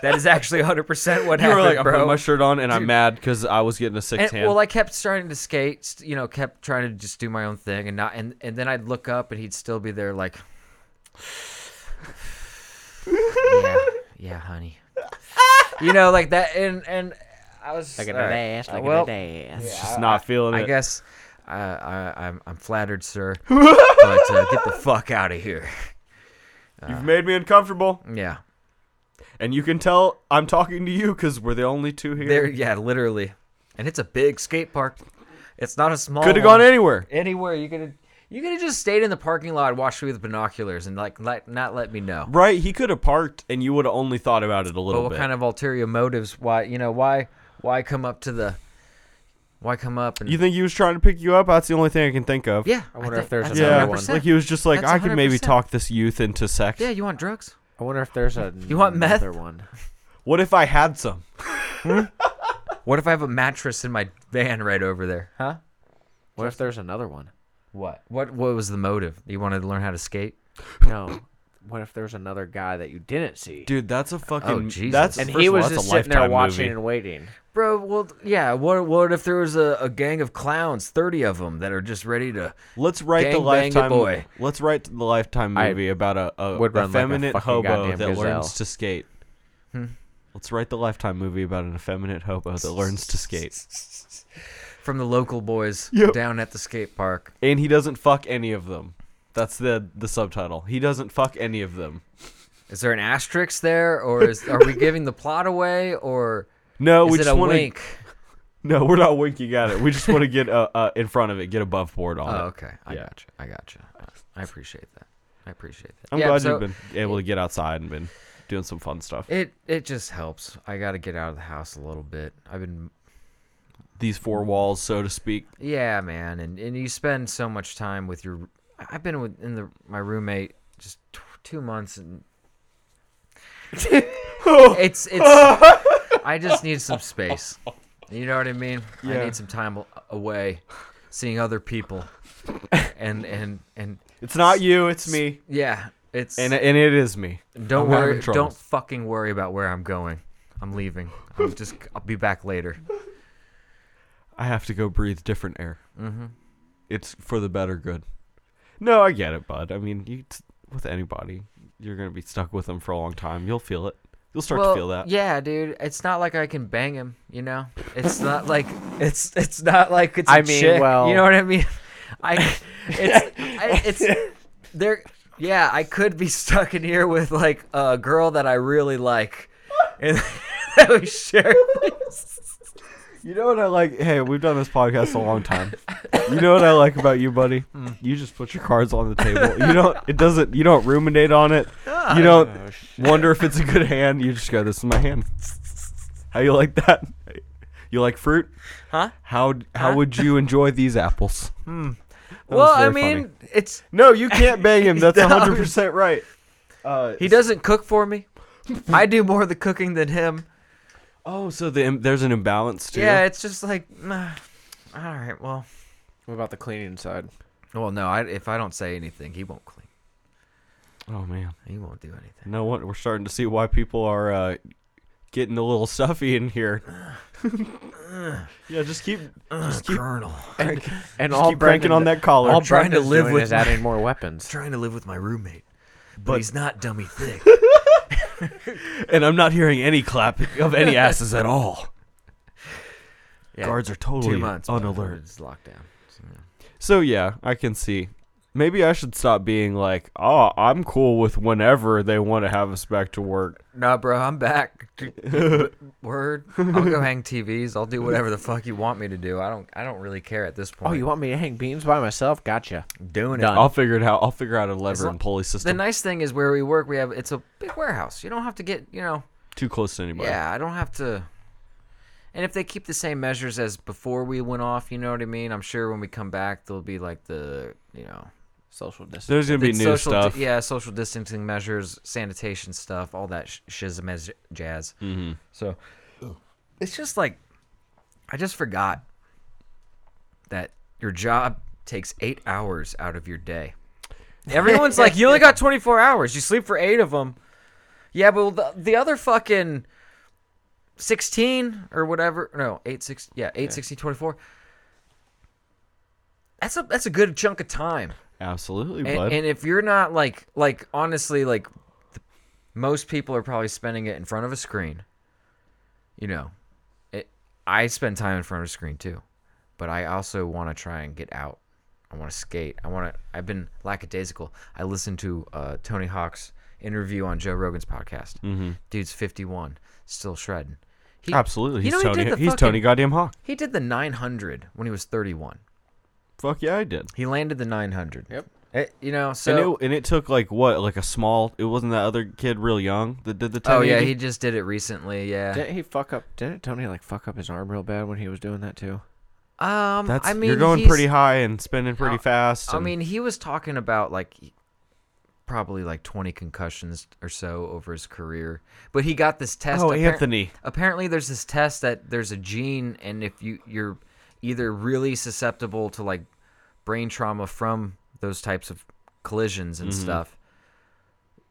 that is actually 100 percent what
You were
happened,
like, "I'm
bro.
putting my shirt on, and I'm
Dude.
mad because I was getting a six
and,
hand."
well, I kept starting to skate, st- you know, kept trying to just do my own thing, and not, and, and then I'd look up, and he'd still be there, like, yeah, yeah, honey,
<laughs>
you know, like that, and and I was
Look at
all
that
right,
ass.
uh,
Look
well,
at that ass.
just not feeling
I
it.
guess uh, I, I'm, I'm flattered,
<laughs>
sir. but uh, get the fuck out of here.
You've made me uncomfortable,
Yeah.
and you can tell I'm talking to you because we're the only two here.
There. Yeah. Literally. And it's a big skate park. It's not a small.
Could have
one.
gone anywhere.
anywhere. You could. You could have just stayed in the parking lot, and watched me with binoculars, and like let, not let me know.
Right, he could have parked, and you would have only thought about it a
But
little
what
bit.
kind of ulterior motives? Why you know why why come up to the why come up and
you think he was trying to pick you up? That's the only thing I can think of.
yeah?
I wonder
think
if there's
that's
yeah.
100%.
Like he was just like,
That's
I could maybe
100%.
talk this youth into sex.
yeah, you want drugs?
I wonder if <laughs> there's a
You want meth?
another <laughs> one.
What if I had some?
What if I have a mattress in my van right over there? Huh?
What if there's another <laughs> one?
What? What? What was the motive? You wanted to learn how to skate?
No. What if there's another guy that you didn't see?
Dude, that's a fucking.
Oh, Jesus.
That's,
and
first
he
of all,
was
that's
just
a
sitting there
Lifetime
watching
movie.
and waiting.
Bro, well, yeah. What? What if there was a, a gang of clowns, thirty of them, that are just ready to?
Let's write the
Gang bang it,
lifetime.
boy.
Let's write the lifetime
I
movie about a, a
would run like a
effeminate
fucking
hobo
goddamn
that
gazelle.
learns to skate. Let's write the lifetime movie about an effeminate
<laughs>
hobo that learns to skate,
From the local boys
Yep.
down at the skate park.
and he doesn't fuck any of them. That's the the subtitle. He doesn't fuck any of them.
Is there an asterisk there, or is are we giving the plot away, or is
No, Oh, we
it
just
a
want to
wink?
No, we're not winking at it. We just want to get uh, uh, in front of it, get above board on
Oh,
it.
okay. I
Yeah.
gotcha. I gotcha. I appreciate that. I appreciate that.
I'm
Yeah,
glad
so
you've been able to get outside and been doing some fun stuff.
It it just helps. I got to get out of the house a little bit. I've been
These four walls, so to speak.
Yeah, man, and and you spend so much time with your. I've been with in the my roommate just t- two months,
<laughs>
and it's it's. I just need some space. You know what I mean? I
Yeah.
need some time a- away, seeing other people, and and and
It's not you, it's me,
yeah, it's
and and it is me.
don't
I'm having
worry, don't
troubles.
fucking worry about where I'm going. I'm leaving. I'm just. I'll be back later.
I have to go breathe different air. Mm-hmm. It's for the better good. No, I get it, bud. I mean, you t- with anybody, you're gonna be stuck with them for a long time. You'll feel it. You'll start to feel that.
Yeah, dude. It's not like I can bang him, you know? It's not like it's it's not like it's a
I mean,
chick,
well-
you know what I mean? <laughs> I it's
<laughs>
I, it's there yeah, I could be stuck in here with like a girl that I really like. <laughs> And that we share.
You know what I like? Hey, we've done this podcast a long time. You know what I like about you, buddy?
Hmm.
You just put your cards on the table. You don't. It doesn't. You don't ruminate on it.
Ah,
You don't
oh,
wonder if it's a good hand. You just go, "This is my hand." How you like that? You like fruit?
Huh? Hmm.
How how would you enjoy these apples? That was
well, I
very funny.
mean, it's
no, you can't
<laughs>
bang him. That's
No.
hundred percent right. Uh,
he doesn't cook for me. I do more of the cooking than him.
oh, so the, im- there's an imbalance too.
Yeah, it's just like, nah. all right, well,
What about the cleaning side?
well, no. I, if I don't say anything, he won't clean.
Oh man.
He won't do anything.
You know what? We're starting to see why people are uh, getting a little stuffy in here. yeah, just keep just keep,
<laughs> Colonel,
And
just
all
keep cranking on that collar.
<laughs> All
I'm trying to
Brendan's
live
doing
with
is
my-
adding more
<laughs>
weapons.
trying to live with my roommate, but, he's not dummy thick.
and I'm not hearing any clap
<laughs>
of any asses at all.
Yeah,
Guards are
two
totally
months
on
but
alert.
It's locked down. so, yeah.
So yeah, I can see. Maybe I should stop being like, oh, I'm cool with whenever they want to have us back to work.
Nah, bro, I'm back. Word. I'll go hang TVs. I'll do whatever the fuck you want me to do. I don't. I don't really care at this point.
Oh, you want me to hang beams by myself? Gotcha.
doing it?
Done.
I'll figure it out. I'll figure out a lever
lo-
and pulley
The
system.
nice thing is where we work, we have it's a big warehouse. You don't have to get you know.
Too close to anybody.
Yeah, I don't have to. And if they keep the same measures as before we went off, you know what I mean. I'm sure when we come back, there'll be like the you know
Social distance.
There's gonna be
the
new
social di-
stuff.
yeah, social distancing measures, sanitation stuff, all that sh- schism as jazz.
Mhm.
So it's just like I just forgot that your job takes eight hours out of your
<laughs>
day. Everyone's like, you only got 24 hours. You sleep for eight of them. Yeah, but the, the other fucking 16 or whatever. No, 8, 6, yeah, 8, 16, 24. That's a, that's a good chunk of time.
Absolutely, bud.
And, and if you're not like like honestly like th- most people are probably spending it in front of a screen. You know, it, I spend time in front of a screen too, but I also want to try and get out. I want to skate. I want to. I've been lackadaisical. I listened to uh, Tony Hawk's interview on Joe Rogan's podcast. Mm-hmm. Dude's 51, still shredding. He,
Absolutely.
You
He's
know, he
Tony.
did the
he's
fucking-
Tony Goddamn Hawk.
He did the 900 when he was 31.
Fuck yeah, I did.
He landed the 900.
Yep.
It- you know, so
and it and it took like what, like a small. It wasn't that other kid real young that did the.
oh yeah,
1080?
he just did it recently. Yeah.
Didn't he fuck up? Didn't Tony like fuck up his arm real bad when he was doing that too?
Um,
That's
I mean,
you're going
he's-
pretty high and spinning pretty
Uh,
fast.
I
and-
mean, he was talking about like probably like 20 concussions or so over his career, but he got this test.
oh
appar-
Anthony,
Apparently, there's this test that there's a gene, and if you you're either really susceptible to like brain trauma from those types of collisions and
Mm-hmm.
stuff,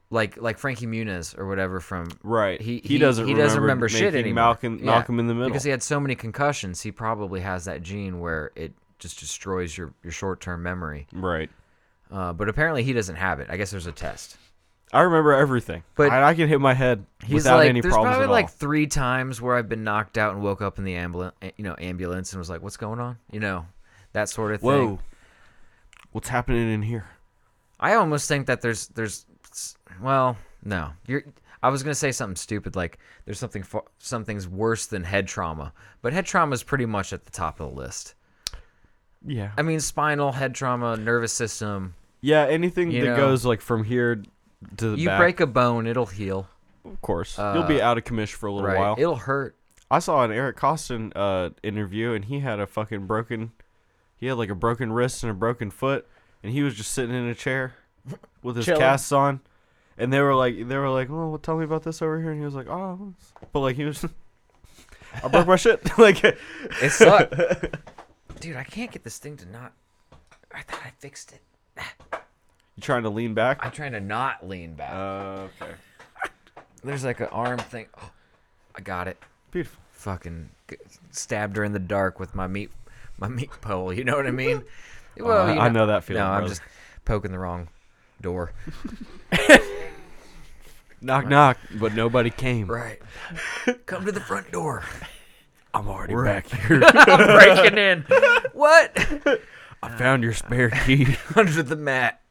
like like Frankie Muniz or whatever from
right?
he,
doesn't
he doesn't
remember
remember shit
making
anymore.
Malcolm
Yeah,
Malcolm in the middle.
because he had so many concussions. He probably has that gene where it just destroys your your short term memory.
right.
Uh, but apparently he doesn't have it. I guess there's a test.
I remember everything,
But-
but I, I can hit my head
He's
without
like,
any
there's
problems
probably
at
like
all.
three times where I've been knocked out and woke up in the ambulance, you know, ambulance, and was like, "What's going on?" You know, that sort of thing.
Whoa, what's happening in here?
I almost think that there's there's well, no. You're I was going to say something stupid like there's something far, something's worse than head trauma, but head trauma is pretty much at the top of the list.
Yeah,
I mean, spinal head trauma, nervous system.
yeah. Anything
you
that
know,
goes like from here to the
You
back,
break a bone, it'll heal.
of course, you'll be out of commission for a little
Right.
while.
It'll hurt.
I saw an Eric Costin uh, interview, and he had a fucking broken. He had like a broken wrist and a broken foot, and he was just sitting in a chair with his
Chilling.
casts on. And they were like, they were like, well, tell me about this over here. And he was like, oh, but like he was, <laughs> I broke my shit. <laughs> like,
It
<laughs>
sucked. Dude, I can't get this thing to not. I thought I fixed it.
you trying to lean back?
I'm trying to not lean back.
Uh, okay,
There's like an arm thing. Oh, I got it.
beautiful.
Fucking g- stabbed her in the dark with my meat, my meat pole. You know what I
<laughs>
mean? well,
I-
you
I know that feeling,
No, I'm
brother.
just poking the wrong door.
Knock knock, but nobody came.
Right. <laughs> Come to the front door.
<laughs> I'm already back <laughs> here.
I'm <laughs> breaking
<laughs>
in. what?
I found your spare key.
<laughs> Under the mat.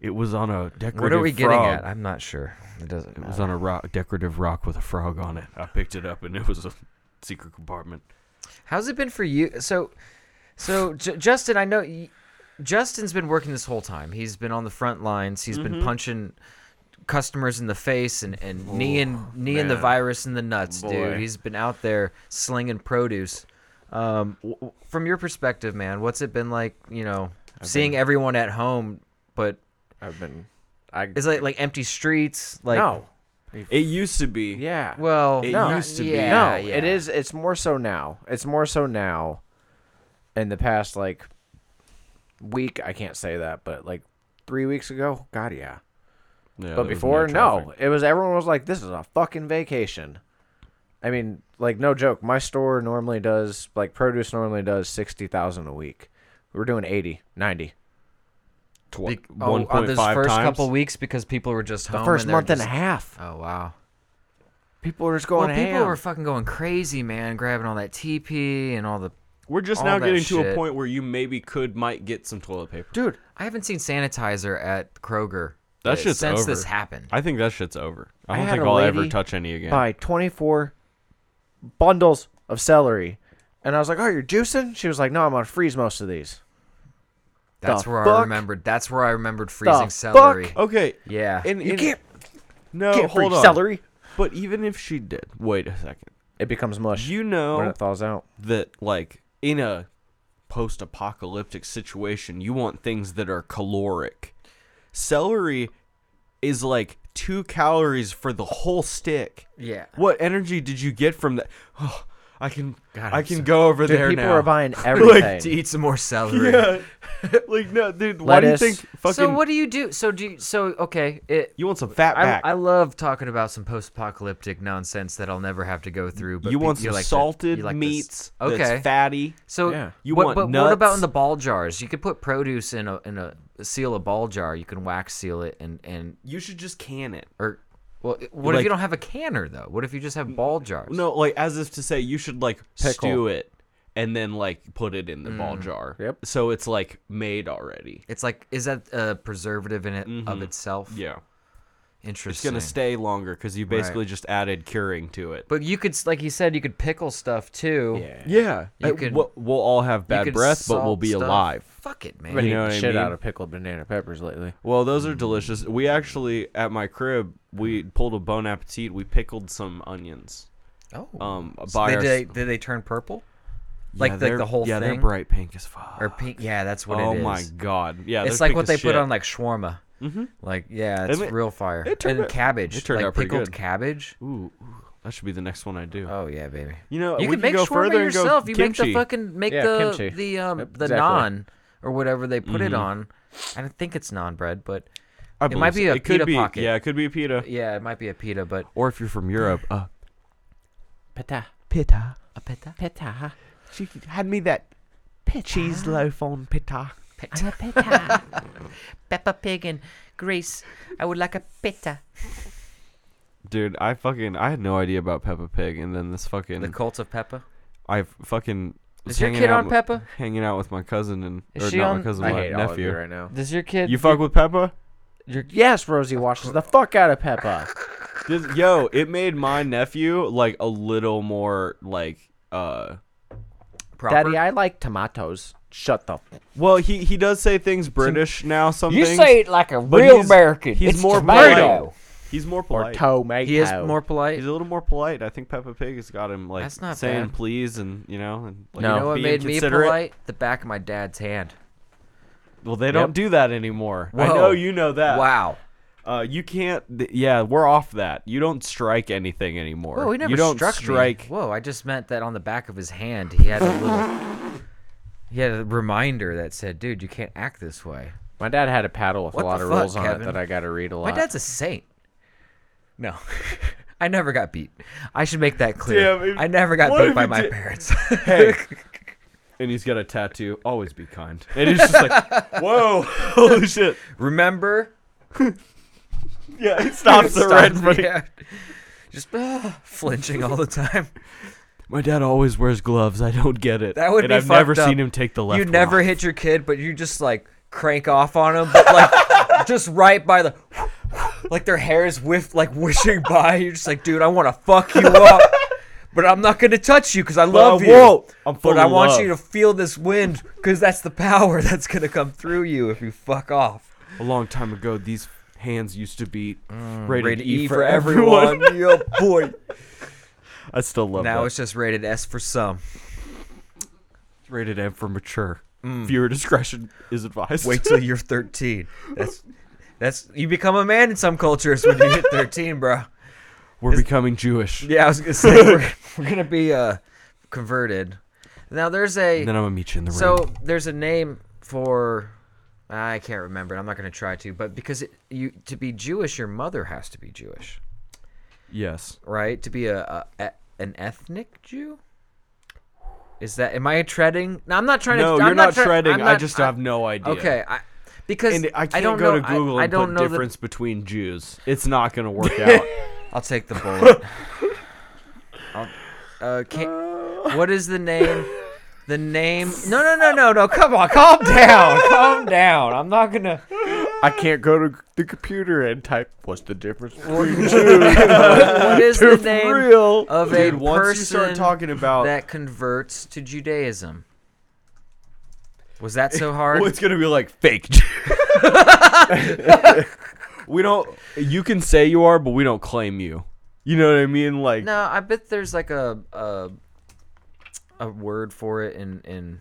It was on a decorative.
What are we getting
frog.
at? I'm not sure. It doesn't.
It was
Matter.
on a rock, decorative rock with a frog on it. I picked it up and it was a secret compartment.
How's it been for you? So, so J- Justin, I know Mm-hmm. y- Justin's been working this whole time. He's been on the front lines. He's been punching customers in the face and, and kneeing, kneeing the
man.
virus in the nuts, dude.
Boy.
He's been out there slinging produce. Um, w- w- from your perspective, man, what's it been like? You know, seeing everyone at home, but
I've been. I
is it like empty streets? Like,
no.
It used to be.
Yeah.
well,
It
no,
used to be.
no,
yeah, yeah.
it is. It's more so now. It's more so now. In the past, like week, I can't say that, but like three weeks ago, God, yeah.
Yeah, there
but
was
before, no,
traffic.
It was everyone was like, "This is a fucking vacation." I mean, like no joke. My store normally does like produce normally does sixty thousand a week. We're doing 80, 90.
Tw-
Be- oh,
one
on
point
those
five
first
times.
couple weeks because people Oh, were just
The
home
first
and they're
month and a
just-
half,
Oh wow.
people are just
Well,
going
people
ham.
were fucking going crazy, man, grabbing all that TP and all the.
We're just
all
now
that
getting to a
shit.
point where you maybe could might get some toilet paper.
Dude,
I haven't seen sanitizer at Kroger.
That
uh,
shit's
since
over.
this happened.
I think that shit's over. I
I
don't
had
think
a
I'll ever
lady
touch any again.
buy 24 bundles of celery. And I was like, "Oh, you're juicing?" She was like, "No, I'm gonna freeze most of these."
That's
The
where I
fuck?
remembered. That's where I remembered freezing
fuck?
celery.
Okay.
Yeah.
And,
You
and-
can't,
no,
can't
hold
freeze
on.
celery.
But even if she did, wait a second.
It becomes mush
You
when
know
it thaws out.
that like in a post-apocalyptic situation, you want things that are caloric. Celery is like 2 calories for the whole stick.
yeah.
What energy did you get from that? Oh, I can
God,
I
I'm
can
so-
go over
Dude,
there
people
now. <laughs>
are buying everything.
To eat some more celery.
Yeah. <laughs> like no, dude. Why do you
Lettuce.
think fucking?
So what do you do? So do you, so okay. It,
You want some fat
I,
back?
I love talking about some post-apocalyptic nonsense that I'll never have to go through. But
you
pe-
want some
like the-
salted
you like this-
meats?
Okay.
That's fatty.
So
Yeah.
You
what,
want
but what about
nuts?
in the ball jars? You could put produce in a in a seal a ball jar. You can wax seal it and and
You should just can it.
or well, it- what if
Like-
you don't have a canner though? What if you just have ball jars?
No, like as if to say you should like
Pickle.
stew it and then like put it in the
Mm.
ball jar.
Yep.
So it's like made already.
It's like is that a preservative in it of itself?
Mm-hmm. Yeah. It's
Interesting.
gonna stay longer because you basically just added curing to it.
but you could s- like you said you could pickle stuff too.
Yeah.
yeah,
You
uh,
could-
we'll, we'll all have
You
bad
could
breath, but we'll
salt
be
stuff.
alive.
Fuck it,
I've been
You
man.
know
eating
what I
shit
mean?
out of pickled banana peppers lately.
Well, those
Mm.
are delicious. We actually at my crib we pulled a bon appetit. We pickled some onions.
Oh.
Um,
So
by
did
our-
they did they turn purple? Like
Yeah,
the, like
they're-
the whole
yeah,
thing
they're bright pink as fuck.
or pink? Yeah, that's what
oh
it is.
my god! Yeah,
it's
they're
like
pink
what
as
they
shit.
put on like shawarma. Mm-hmm. Like yeah, it's
it-
real fire.
it turned
and
out-
cabbage.
it turned
like
out pretty
pickled
good.
cabbage.
Ooh, ooh, that should be the next one I do.
Oh yeah, baby.
you know,
you
we
can make
go
shawarma
further
yourself.
And go
you
kimchi.
make the fucking make
Yeah,
the
kimchi.
the um
Yep,
the
exactly.
naan or whatever they put it
Mm-hmm.
on. I don't think it's naan bread, but
I
it
believe
might be
so.
a
it
pita
could be,
pocket.
Yeah, it could be a pita.
yeah, it might be a pita, but
Or if you're from Europe, uh,
Pita,
pita.
a pita.
pita,
She had me that cheese loaf on pita.
I'm a pita. Peppa Pig and Grease. I would like a pita.
Dude, I fucking I had no idea about Peppa Pig, and then this fucking
The cult of Peppa.
I fucking was
Is your
hanging
kid
out
on
with-
Peppa?
hanging out with my cousin and
Is
or
she
not
on-
my cousin,
I
my
hate all of you
nephew.
right now.
<laughs> Does your kid?
You fuck with Peppa?
Yes, Rosie watches the fuck out of Peppa.
This- yo, it made my nephew like a little more like uh
proper?
Daddy, I like tomatoes. Shut the. F-
well he he does say things British now some things,
it like a
but he's- He's more polite. He's more
or
polite.
tomato.
he is more polite.
He's a little more polite. I think Peppa Pig has got him like
That's not
saying
bad.
please and you know and like,
No.
You know what
being
made me
considerate.
polite? The back of my dad's hand.
Well, they don't
Yep.
do that anymore. I
Whoa.
know you know that.
Wow.
Uh, you can't. Th- yeah, we're off that. You don't strike anything anymore.
Whoa, he never
you don't
struck me.
strike.
Whoa, I just meant that on the back of his hand, he had a little. He had a reminder that said, "Dude, you can't act this way."
My dad had a paddle with
What
a lot
the
of
fuck,
rules on
Kevin?
it that I got to read a lot.
My dad's a saint. No, <laughs> I never got beat. I should make that clear.
Damn, if-
I never got
what
beat
if
by
you
my
did-
parents.
<laughs> <laughs>
<laughs>
Hey. And he's got a tattoo. Always be kind. And he's
<laughs>
just like, whoa, holy shit.
Remember?
Yeah, <laughs> he stops it right in front of
Yeah. <laughs> Just ah, flinching all the time.
My dad always wears gloves. I don't get it.
That would
and
be
I've never
fucked up.
seen him take the left.
you
one
never
off.
hit your kid, but you just like crank off on them, but
<laughs>
like just right by the, like their hair is whiff like wishing by. You're just like, dude, I want to fuck you up, but I'm not gonna touch you because I <laughs> love
I
you.
won't. I'm full
but I
of
want
love."
you to feel this wind <laughs> because that's the power that's gonna come through you if you fuck off.
A long time ago, these hands used to be rated,
Mm, Rated
E, for, everyone.
yeah, boy.
<laughs> I still love
Now
that.
it's just rated S for some.
It's rated M for mature. Viewer discretion is advised.
Mm. Wait till you're 13. That's that's you become a man in some cultures when you hit 13, bro.
<laughs> we're becoming Jewish.
Yeah, I was
<laughs>
gonna say we're, we're gonna be uh converted. Now there's a
And then I'm gonna meet you in the
so
ring.
there's a name for I can't remember. it. I'm not gonna try to, but because it, you to be Jewish, your mother has to be Jewish,
Yes.
right? To be a, a, a- an ethnic Jew. Is that am I treading? No, I'm not trying
No,
to.
you're
I'm not,
not
tre-
treading.
I'm
I
not-
just
I-
have no idea.
Okay, I, because
And I can't
don't
go
know,
to Google
I, I
and
don't
put
know the-
difference between Jews. It's not
<laughs>
gonna work out.
I'll take the
<laughs>
bullet. I'll, uh, can, what is the name? The name? No, no, no, no, no. Come on, calm down, calm down. I'm not gonna.
I can't go to the computer and type. What's the difference?
What is the name of a
Dude, once you
person
start talking about,
that converts to Judaism? Was that
<laughs>
so hard?
well, Oh, it's gonna be like
<laughs>
fake. Jew. <laughs> we don't. You can say you are, but we don't claim you. You know what I mean? Like,
No, I bet there's like a a, a word for it in in.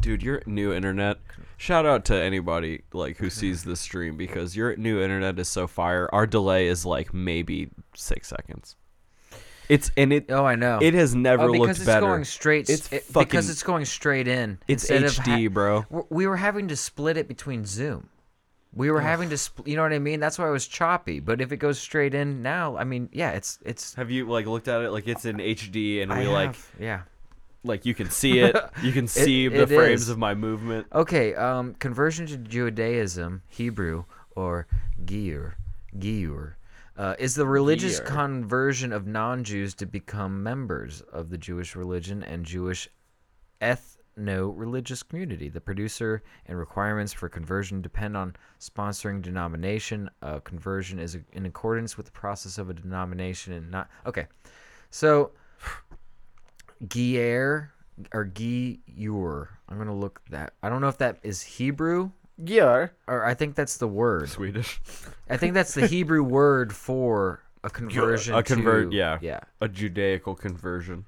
dude, your new internet. Shout out to anybody like who sees this stream because your new internet is so fire. Our delay is like maybe six seconds. It's and it
Oh, I know.
it has never
Oh, because
looked
it's
better.
going straight.
It's
It's
fucking-
because it's going straight in.
It's
instead of
HD, bro.
w- We were having to split it between Zoom. We were having to, spl- you know what I mean? That's why it was choppy. But if it goes straight in now, I mean, yeah, it's it's.
Have you like looked at it like it's in HD and
I
we like
have- yeah.
like you can
<laughs>
see it, you can see the
it
frames
is.
of my movement.
Okay. Um, conversion to Judaism, Hebrew or Giur, Giur, uh, is the religious conversion of non-Jews to become members of the Jewish religion and Jewish ethno-religious community. The producer and requirements for conversion depend on sponsoring denomination. Uh, conversion is in accordance with the process of a denomination and not. Okay, so. Gier or Giur. I'm gonna look that. I don't know if that is Hebrew
Yeah.
or I think that's the word.
Swedish.
I think that's the
<laughs>
Hebrew word for a conversion.
A convert,
to-
yeah.
yeah.
A Judaical conversion.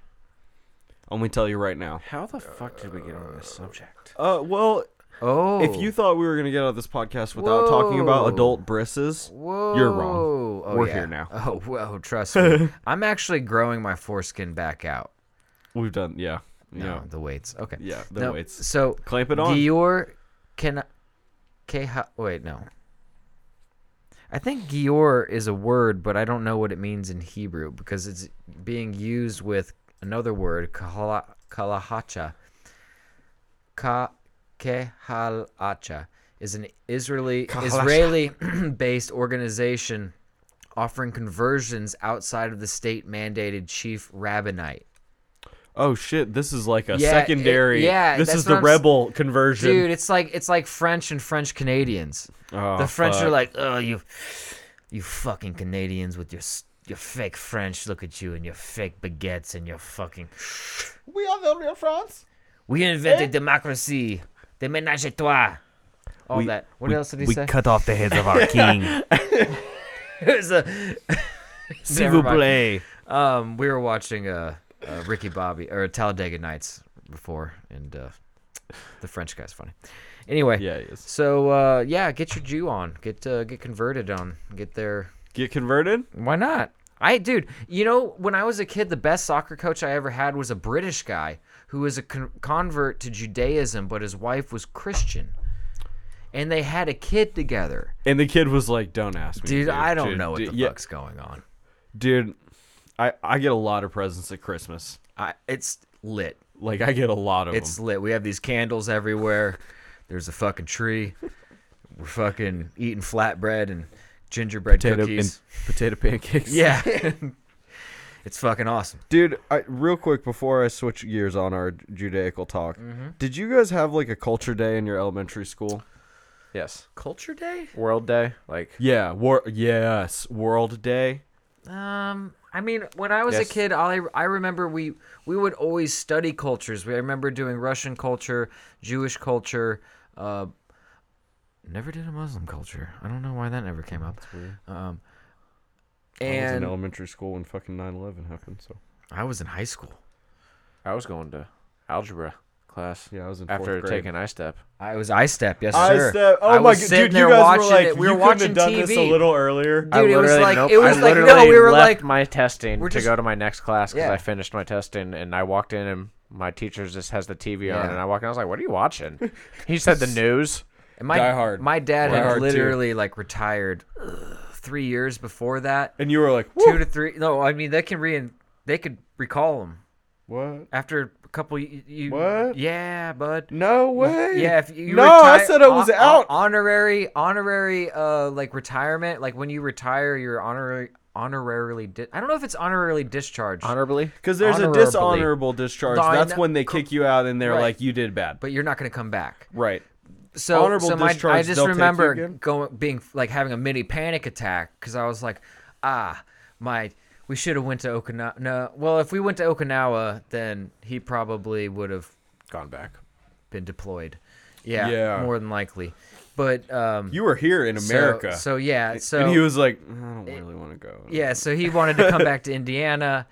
Let me tell you right now.
How the fuck did we get on this subject?
Uh well,
Oh,
if you thought we were gonna get out of this podcast without talking about
Whoa.
adult brisses,
Whoa.
you're wrong.
Oh,
We're
yeah.
here now.
Oh, well, trust
<laughs>
me. I'm actually growing my foreskin back out.
We've done yeah.
No,
Yeah.
the weights. Okay.
Yeah, the
No,
weights.
So
Clamp it on.
Gior can Keha wait, no. I think Gior is a word, but I don't know what it means in Hebrew because it's being used with another word, kahala, kalahacha. Ka Kehalacha is an Israeli Israeli <clears throat> based organization offering conversions outside of the state mandated chief rabbinite.
Oh shit, this is like a
Yeah, it-
secondary
yeah,
this
that's
is
what
the
I'm s-
rebel conversion.
Dude, it's like it's like French and French Canadians.
Oh,
the French
fuck.
are like, oh, you, you fucking Canadians with your s- your fake French. Look at you and your fake baguettes and your fucking.
We are the real France. Eh?
We invented democracy. Des ménages à trois. All
We-
that. What
we-
else did he
we
say?
cut off the heads of
<laughs>
our king.
It was a-
<laughs> S'il
Never
vous
mind.
plaît.
Um, we were watching uh, uh Ricky Bobby or Talladega Nights before, and uh, the French guy's funny. Anyway,
Yeah, he is.
So uh, yeah, get your Jew on, get uh, get converted on, get their
Get converted?
Why not? I dude, you know, when I was a kid, the best soccer coach I ever had was a British guy who was a con- convert to Judaism, but his wife was Christian, and they had a kid together.
And the kid was like, "Don't ask me,
Dude, I don't
dude,
know what
dude,
the
yeah,
fuck's going on.
dude." I I get a lot of presents at Christmas.
I it's lit.
Like I get a lot of
It's
them.
lit. We have these candles everywhere. There's a fucking tree. We're fucking eating flatbread and gingerbread cookies. <laughs>
potato pancakes.
Yeah. it's fucking awesome.
dude. I, real quick before I switch gears on our Judaical talk,
Mm-hmm.
did you guys have like a culture day in your elementary school?
Yes.
Culture Day?
World Day. Like.
Yeah, war. Yes, World Day.
Um, I mean, when I was
Yes.
a kid, all I, I remember we we would always study cultures. We I remember doing Russian culture, Jewish culture, uh, Never did a Muslim culture. I don't know why that never came up.
weird.
Um,
I was in
and
elementary school when fucking 9/11 happened. So
I was in high school.
I was going to algebra class
yeah, I was in
after
fourth grade.
taking I step.
I was I step, yes
I
sir.
said, oh
I
my
was
god,
sitting
dude,
there
you guys were
watching
like,
it. We
you
were
couldn't have
watching
done this a
TV.
little earlier.
Dude, it was
literally-
like-
nope,
it was
I
like- no,
literally
we were
left
like-
my testing
we're
to
just-
go to my next class because
Yeah.
I finished my testing and I walked in and my teacher just has the TV on
Yeah.
and I walk in. I was like, "What are
<laughs>
you watching?" He said the news.
And my,
Die Hard.
My dad
Die Hard
had
too.
literally like retired ugh, three years before that.
And you were like,
Two
"Whoa,
to three. No, I mean they can re they could recall him
what?
after a couple. You, you,
What?
Yeah, bud.
No way.
Yeah, if you
No,
retire-
I said I was
hon-
out.
honorary, honorary, uh, like retirement. Like when you retire, you're honorary, honorarily. Di- I don't know if it's honorarily discharged,
Honorably,
Because there's
Honorably.
a dishonorable discharge.
Dine-
That's when they kick you out and they're
Right.
like, you did bad.
but you're not gonna come back.
Right.
So,
Honorable
so my, I
discharge,
just
they'll take you
remember
again?
going, being like having a mini panic attack because I was like, ah, my, we should have went to Okinawa. No, well, if we went to Okinawa, then he probably would have
gone back.
been deployed. Yeah,
Yeah.
more than likely. But um,
You were here in
so-
America.
So, yeah, so
and he was like, "Mm, I don't really want to go.
yeah, so he wanted
<laughs>
to come back to Indiana.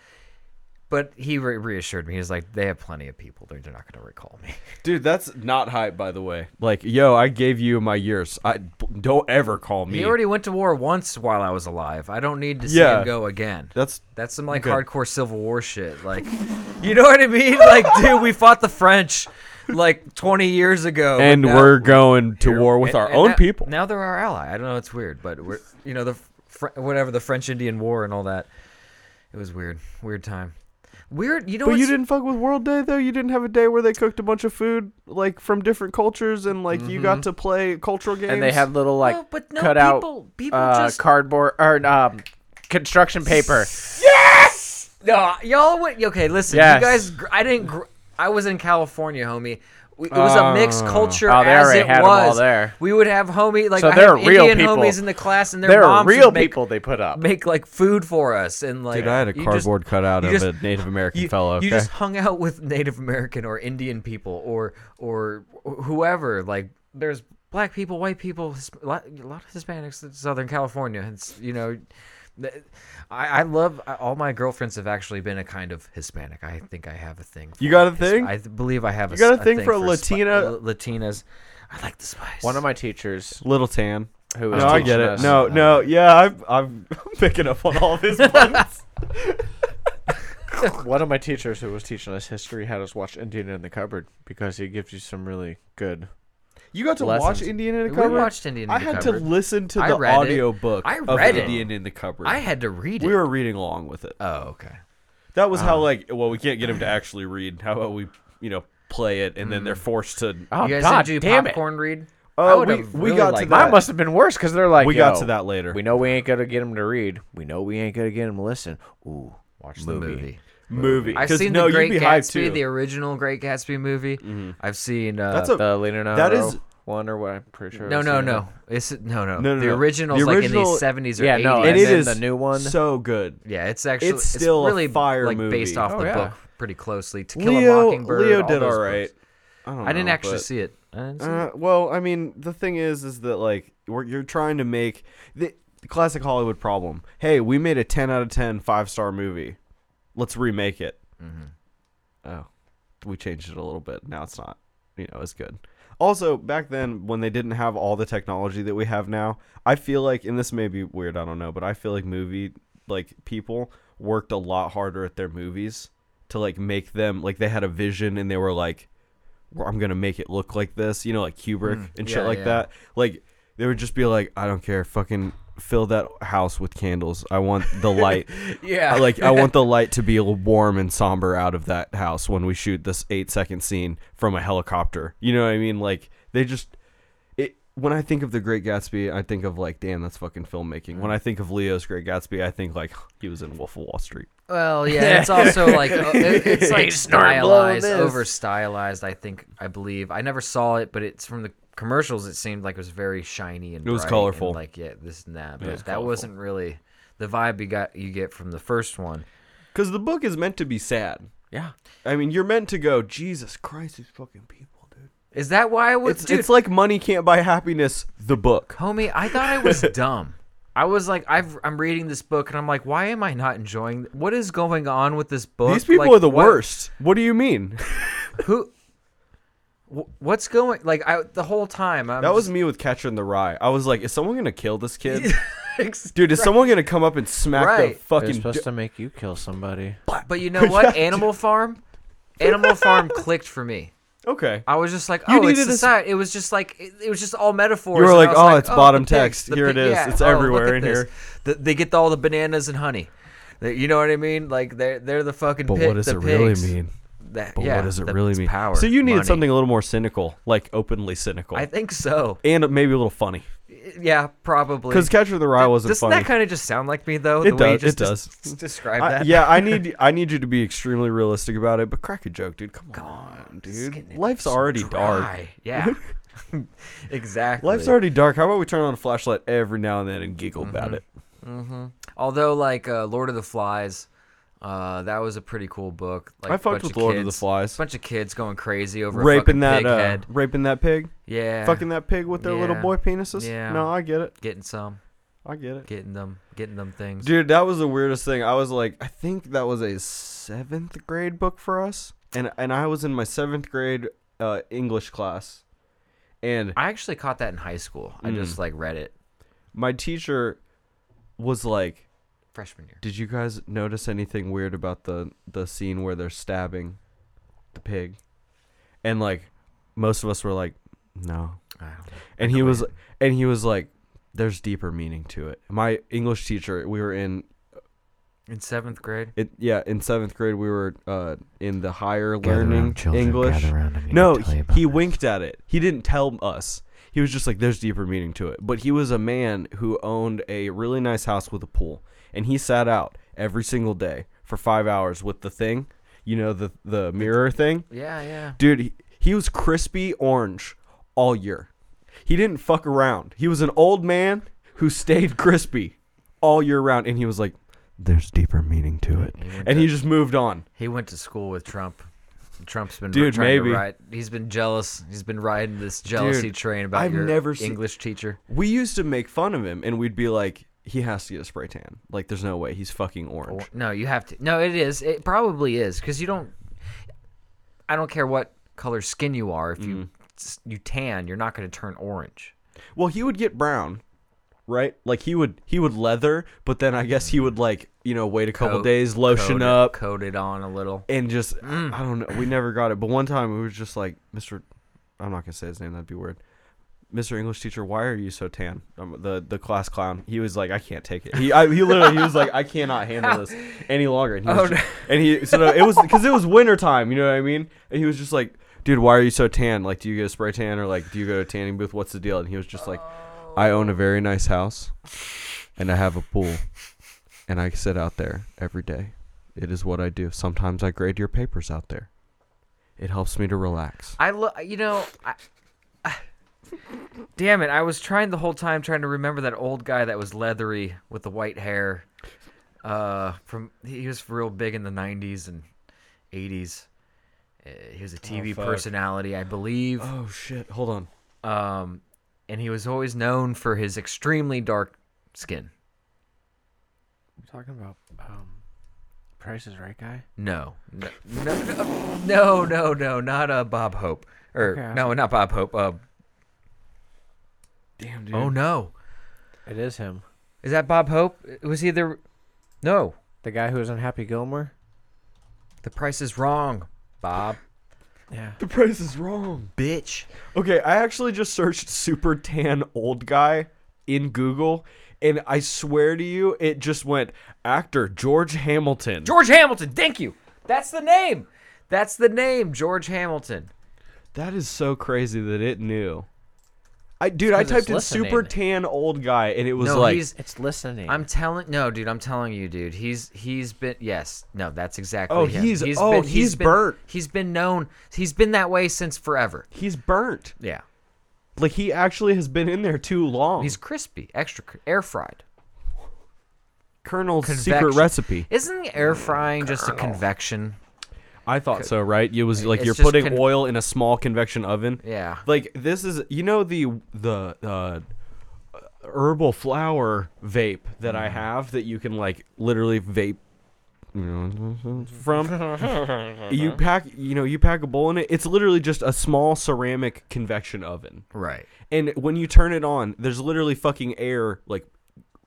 But he re- reassured me. He was like, "They have plenty of people. They're, they're not going to recall me." <laughs>
Dude, that's not hype, by the way. Like, yo, I gave you my years. I don't ever call me.
He already went to war once while I was alive. I don't need to see
Yeah.
him go again.
that's
That's some like
Good.
hardcore Civil War shit. Like, you know what I mean? Like, dude, we fought the French like 20 years ago, but
and
now-
we're going to war with
and-
our
and
own
now-
people.
Now they're our ally. I don't know. It's weird, but we're you know the Fr- whatever the French Indian War and all that. It was weird, weird time. Weird, you know.
but you
what's-
didn't fuck with World Day though. You didn't have a day where they cooked a bunch of food like from different cultures and like you got to play cultural games.
And they had little like
No, but no,
cut out
people- people
uh,
just-
cardboard or um, construction paper.
No, y'all went. Okay, listen,
Yes.
you guys. gr- I didn't. Gr- I was in California, homie. We, it was a mixed culture
Oh, they
as
already
it
had 'em all
was.
there.
We would have homie like
So
I
there
had
are real
Indian
people.
homies in the class, and their
There are
moms would
real
make,
people they put up.
make like food for us, and like
Dude, I had a
you just-
cardboard cutout
you
of
just-
a Native American
you,
fellow.
you just hung out with Native American or Indian people or or whoever. Like there's black people, white people, Hisp- a lot a lot of Hispanics in Southern California. It's you know. th- I, I love I- all my girlfriends have actually been a kind of Hispanic. I think I have a thing.
You
for
got a
Hisp-
thing?
I th- believe I have.
You got
s-
a thing for
spi-
Latina-
L- Latinas. I like the spice.
One of my teachers
little tan.
who was
No, I
teaching
get it.
us-
No, no, yeah, I'm, <laughs> I'm picking up on all of <laughs> his puns.
uh, One of my teachers who was teaching us history had us watch Indiana in the Cupboard because he gives you some really good.
you got to watch
Lessons.
Indian in the
we
Cupboard.
watched Indian.
I
in the
had
cupboard.
to listen to
I
the
read it.
audio book
I
of
read it.
Indian in the Cupboard.
I had to read it.
we were reading along with it.
oh okay.
That was how like well we can't get him to actually read. How about we you know play it and then they're forced to.
Oh
you guys
God,
didn't do
damn it!
popcorn read?
Oh,
would
we-
have
we got to
liked
that.
Mine must have been worse because they're like,
we got
"Yo,
to that later.
We know we ain't gonna get him to read. We know we ain't gonna get him to listen. Ooh, watch
movie.
I've
'Cause,
seen
no,
the Great
you'd be hyped
Gatsby,
too. Mm-hmm.
the original Great Gatsby movie. I've seen uh,
That's a
The Leonardo
That is-
one or what? I'm pretty sure. it
no,
was
no,
Leonardo.
no. It's no, no,
No, no,
The
no.
original's
The
like in
original-
the seventies or
Yeah,
eighties.
no,
and
and
it
then
is
the new one.
so good.
yeah, it's actually
it's still a
really
fire
like
movie.
based off
Oh,
the
yeah.
book pretty closely. To Kill a
Leo
Mockingbird.
Leo
all
did
those
all right.
books.
I, don't
I didn't
know,
actually
but-
see it. I didn't see it.
Uh, well, I mean, the thing is, is that like we're, you're trying to make the, the classic Hollywood problem. Hey, we made a 10 out of 10 five star movie. Let's remake it.
Mm-hmm.
Oh, we changed it a little bit. Now it's not, you know, as good. Also, back then when they didn't have all the technology that we have now, I feel like, and this may be weird, I don't know, but I feel like movie like people worked a lot harder at their movies to like make them like they had a vision and they were like well, I'm gonna make it look like this, you know, like Kubrick and shit
Mm, yeah,
like
yeah.
that. Like they would just be like, I don't care, fucking fill that house with candles. I want
<laughs>
the light.
Yeah.
I like I want the
<laughs>
light to be l- warm and somber out of that house when we shoot this eight second scene from a helicopter. You know what I mean? Like they just it. When I think of the Great Gatsby, I think of like, damn, that's fucking filmmaking. When I think of Leo's Great Gatsby, I think like <sighs> he was in Wolf of Wall Street.
Well, yeah, it's also like uh, it- it's like
snort blow
stylized,
this.
over stylized. I think, I believe. I never saw it, but it's from the commercials. It seemed like it was very shiny and
It was
bright and,
colorful.
like yeah, this and that. But
was
that
colorful.
wasn't really the vibe you got. You get from the first one.
Because the book is meant to be sad.
Yeah.
I mean, you're meant to go, Jesus Christ, these fucking people, dude.
Is that why I was?
It's,
dude,
it's like money can't buy happiness. The book.
homie, I thought I was dumb. I was like, I've, I'm reading this book, and I'm like, why am I not enjoying? What is going on with this book?
These people
Like,
are the
what-
worst. What do you <laughs> mean?
Who? wh- What's going? Like, I the whole time. I'm
That was
just-
me with Catcher in the Rye. I was like, is someone gonna kill this <laughs> kid? Dude, is someone gonna come up and smack
Right.
the
They're
fucking?
supposed
d-
to make you kill somebody.
But
<laughs>
you know what? Animal Farm, Animal Farm clicked for me.
okay.
I was just like,
You
oh, it's
needed a s-
society. It was just like it, it was just all metaphors.
You were
and I
like,
was
oh, it's bottom
the pigs,
text.
the
Here it
pig-
is.
yeah,
It's
oh, look
everywhere
at
in
this.
here.
Th- they get all the bananas and honey. They- you know what I mean? Like they're they're the fucking.
But
pig-
what does
the
it really
pigs.
mean?
That-
But
yeah,
what does it
the-
really
it's
mean?
Power.
so you needed
money.
something a little more cynical, like openly cynical,
I think so.
and maybe a little funny.
Yeah, probably.
Because Catcher in the Rye wasn't
Doesn't
funny.
that kind of just sound like me though?
It
the way you
does, it
just
does.
des- describe
I-
that.
yeah,
<laughs>
I need I need you to be extremely realistic about it, but crack a joke, dude. Come, on, dude. Life's already dark.
Dry. Yeah. <laughs> exactly.
Life's already dark. How about we turn on a flashlight every now and then and giggle
Mm-hmm.
about it?
Although, like uh, Lord of the Flies, uh, that was a pretty cool book. Like,
I fucked
bunch
with
of
Lord of the
kids-
Flies.
Bunch of kids going crazy over a fucking
Raping that,
pig
uh,
head.
raping that pig,
Yeah,
fucking that pig with their little
Yeah.
boy penises.
Yeah.
No, I get it.
getting some,
I get it.
getting them, getting them things.
Dude, that was the weirdest thing. I was like, I think that was a seventh grade book for us, and and I was in my seventh grade uh, English class, and
I actually caught that in high school. I
Mm.
just like read it
my teacher was like,
freshman year.
"Did you guys notice anything weird about the the scene where they're stabbing the pig?" And like, most of us were like, "No," and he was and he was like, "There's deeper meaning to it." My English teacher, we were in
In seventh grade,
It yeah, in seventh grade we were uh, in the higher learning
children,
English.
gather round, I'm gonna
No,
tell you
he,
about
he
this.
winked at it. He didn't tell us. He was just like, "There's deeper meaning to it." But he was a man who owned a really nice house with a pool, and he sat out every single day for five hours with the thing, you know, the the mirror thing.
yeah, yeah.
Dude, he, he was crispy orange all year. He didn't fuck around. He was an old man who stayed crispy all year round. And he was like, there's deeper meaning to it. And he just moved on.
He went to school with Trump. Trump's been
Dude,
trying
maybe.
To ride. He's been jealous. He's been riding this jealousy
Dude,
train about
I've
your
never seen-
English teacher.
We used to make fun of him and we'd be like, he has to get a spray tan. Like, there's no way. He's fucking orange.
No, you have to. No, it is. It probably is because you don't. I don't care what color skin you are. If you
Mm-hmm.
you tan, you're not going to turn orange.
Well, he would get brown. Right, like he would, he would leather, but then I guess he would like, you know, wait a couple
Coat-
days, lotion
coat it- Mm.
up,
coat it on a little.
and just I don't know. We never got it, but one time we were just like, Mister, I'm not gonna say his name. That'd be weird. Mister English teacher, why are you so tan? Um, the the class clown. He was like, I can't take it. He I, he literally he was like, I cannot handle this any longer. And he, was just- and he so no, it was because it was winter time. You know what I mean? And he was just like, dude, why are you so tan? Like, do you get a spray tan or like do you go to a tanning booth? What's the deal? And he was just like, I own a very nice house, and I have a pool, and I sit out there every day. It is what I do. Sometimes I grade your papers out there. It helps me to relax.
I look. You know. I, <sighs> Damn it! I was trying the whole time trying to remember that old guy that was leathery with the white hair. Uh, from he was real big in the '90s and '80s. Uh, he was a TV
Oh, fuck.
personality, I believe.
Oh shit! Hold on.
um, and he was always known for his extremely dark skin.
I'm talking about um, Price is Right guy.
No, no, no, no, no, no, no, not uh, Bob Hope, or
Okay.
no, not Bob Hope. Uh,
Damn dude.
oh no,
It is him.
is that Bob Hope? Was he the? No,
The guy who was on Happy Gilmore.
the price is wrong, Bob.
Yeah.
The price is wrong.
Bitch.
Okay, I actually just searched super tan old guy in Google, and I swear to you, it just went actor George Hamilton.
George Hamilton. Thank you. That's the name. That's the name, George Hamilton.
That is so crazy that it knew. I dude,
'cause
I
it's
typed in
listening.
super tan old guy, and it was
no,
like
he's.
It's listening.
I'm telling no, dude. I'm telling you, dude. He's he's been yes, no. That's exactly.
Oh,
him.
he's- oh, he's
been,
burnt.
He's been known. He's been that way since forever.
he's burnt.
Yeah,
Like he actually has been in there too long.
he's crispy, extra cr- air fried.
Colonel's
Convection.
secret recipe.
Isn't air frying just a convection?
I thought so, right? It was like
It's
you're
just
putting
con-
oil in a small convection oven.
Yeah.
Like this is you know the the uh, herbal flower vape that
Mm-hmm.
I have that you can like literally vape you know, from
<laughs>
you pack you know you pack a bowl in it it's literally just a small ceramic convection oven
Right.
and when you turn it on there's literally fucking air like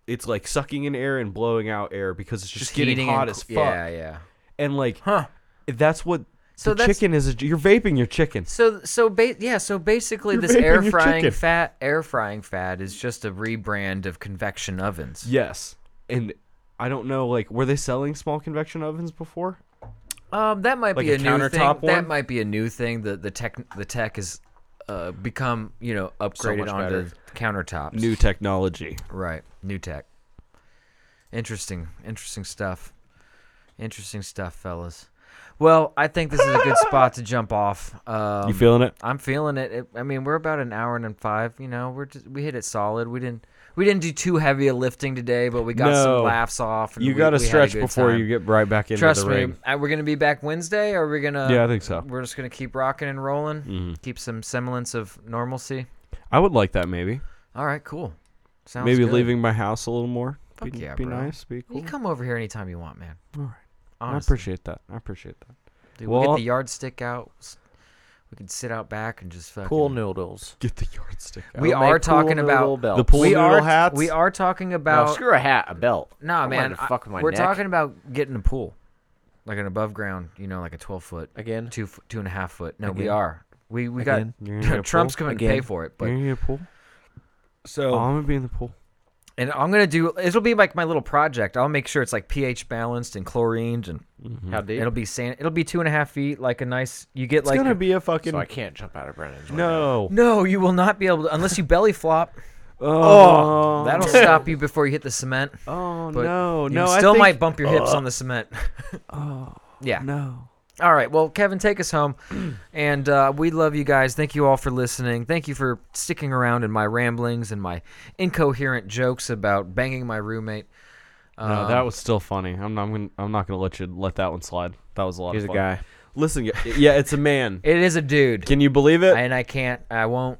it's like sucking in air and blowing out air because it's just, getting
heating and
hot as
coo-
fuck
Yeah, yeah.
and like that's what
So
the
that's-
chicken is a, you're vaping your chicken
So so ba- yeah, so basically
You're
this
vaping
air
your
frying
chicken.
fat air frying fad is just a rebrand of convection ovens.
yes and i don't know like were they selling small convection ovens before
Um that might
Like
be
a
a, new
countertop
thing. That
one?
might be a new thing that the tech the tech has uh, become, you know, upgraded
much
onto
better.
countertops.
new technology
Right. New tech. Interesting. Interesting stuff. Interesting stuff, fellas. Well, I think this is a good spot to jump off. Um,
you feeling it
I'm feeling it. it. I mean, we're about an hour and five. You know, we're just, we hit it solid. We didn't we didn't do too heavy a lifting today, but we got
No.
some laughs off. and
you
we-
got to
we had a
stretch
good
before
time.
you get right back into
Trust
the
me,
ring
uh, we're gonna be back Wednesday. Or are we gonna?
yeah i think so
We're just gonna keep rocking and rolling.
Mhm.
Keep some semblance of normalcy.
i would like that maybe
All right, cool. Sounds
maybe
good.
leaving my house a little more
Fuck
be,
yeah,
be
bro.
nice be cool
You come over here anytime you want, man.
all right i
Honestly.
appreciate that i appreciate that
Dude, we'll
Well-
get the yardstick out. S- We could sit out back and just fucking.
Cool noodles.
get the yardstick out
We
We'll
are
make cool
talking
noodle
about-
belts.
the pool
we
noodle
are
hats
we are talking
No,
about
screw a hat, a belt.
nah,
I'm wearing
man.
a
I-
fuck in my
we're
neck.
talking about getting a pool, like an above ground, you know, like a twelve foot,
again.
two f- two and a half foot. No, we
Again.
are. We we
Again.
<laughs> You're gonna get a
got <laughs> Trump's
pool?
coming to pay
Again.
for it,
You're
but
gonna get a pool Oh,
So
i'm gonna be in the pool
and I'm gonna do. It'll be like my little project. I'll make sure it's like pH balanced and chlorined, and
how deep?
it'll be sand. It'll be two and a half feet, like a nice. You get
it's
like
gonna
a-
be a fucking
so I can't jump out of Brennan's. right now.
no
no, you will not be able to unless you belly flop.
<laughs> Oh,
That'll stop you before you hit the cement.
Oh
But
no,
you
no, I
still
think, Oh,
might bump your hips on the cement. <laughs> yeah.
No,
All right. Well, Kevin, take us
<clears throat>
home, and uh, we love you guys. Thank you all for listening. Thank you for sticking around in my ramblings and my incoherent jokes about banging my roommate.
no, that was still funny. I'm, I'm gonna, I'm not gonna let you let that one slide. That was a lot
He's
of
a
fun.
guy.
Listen, y- yeah, it's a man.
It is a dude,
<laughs> Can you believe <laughs> it?
and I can't. I won't.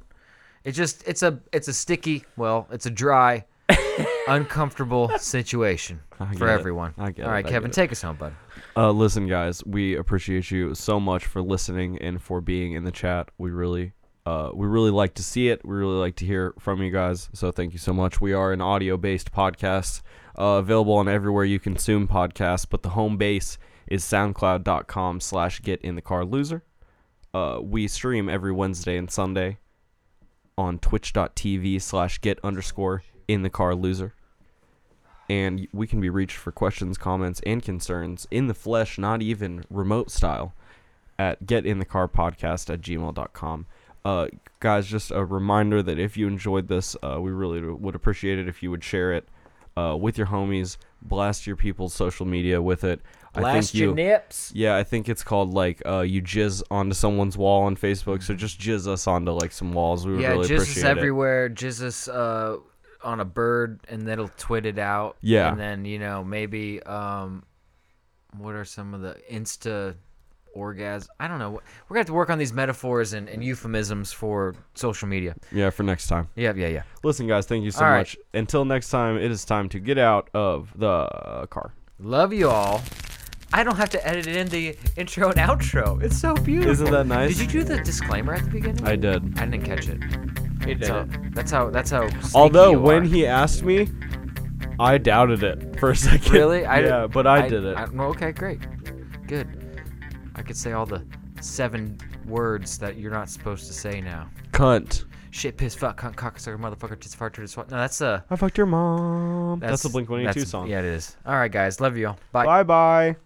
It's just. It's a. It's a sticky. Well, it's a dry,
<laughs>
uncomfortable situation
I get
for
it.
everyone.
I get
all
it,
right,
I
Kevin,
get
take us home, bud.
Uh, listen, guys, we appreciate you so much for listening and for being in the chat. We really, uh, we really like to see it. We really like to hear from you guys. So thank you so much. We are an audio-based podcast, uh, available on everywhere you consume podcasts, but the home base is soundcloud.com slash get in the car loser. Uh, we stream every Wednesday and Sunday on twitch.tv slash get underscore in the car loser and we can be reached for questions, comments, and concerns in the flesh, not even remote style, at getinthecarpodcast at gmail.com. Uh, guys, just a reminder that if you enjoyed this, uh, we really would appreciate it if you would share it uh, with your homies, blast your people's social media with it.
Blast your nips.
Yeah, I think it's called like uh, you jizz onto someone's wall on Facebook. So just jizz us onto like some walls. We would
Mm-hmm. Yeah,
really
Jesus
appreciate it.
everywhere. Jesus uh, on a bird, and that'll twit it out.
Yeah.
and then you know maybe um, what are some of the Insta orgasm? I don't know. We're gonna have to work on these metaphors and, and euphemisms for social media.
Yeah, for next time.
Yeah, yeah, yeah.
Listen, guys, thank you so
All right.
much. Until next time, it is time to get out of the uh, car.
Love you all. I don't have to edit in the intro and outro. It's so beautiful.
Isn't that nice?
Did you do the disclaimer at the beginning?
I did.
I didn't catch it.
He did
So
it.
that's how. That's how.
Although
sneaky you
when
are.
he <laughs> asked me, I doubted it for a second. <laughs>
Really?
yeah, but I, did it.
I- well, okay, great. Good. I could say all the seven words that you're not supposed to say now.
Cunt.
Shit, piss, fuck, cunt, cocksucker, motherfucker, tits, fart, tits, swat. No, that's a
I fucked your mom. That's, a Blink 182
that's-
song.
Yeah, it is. All right, guys. Love you all. Bye.
Bye bye.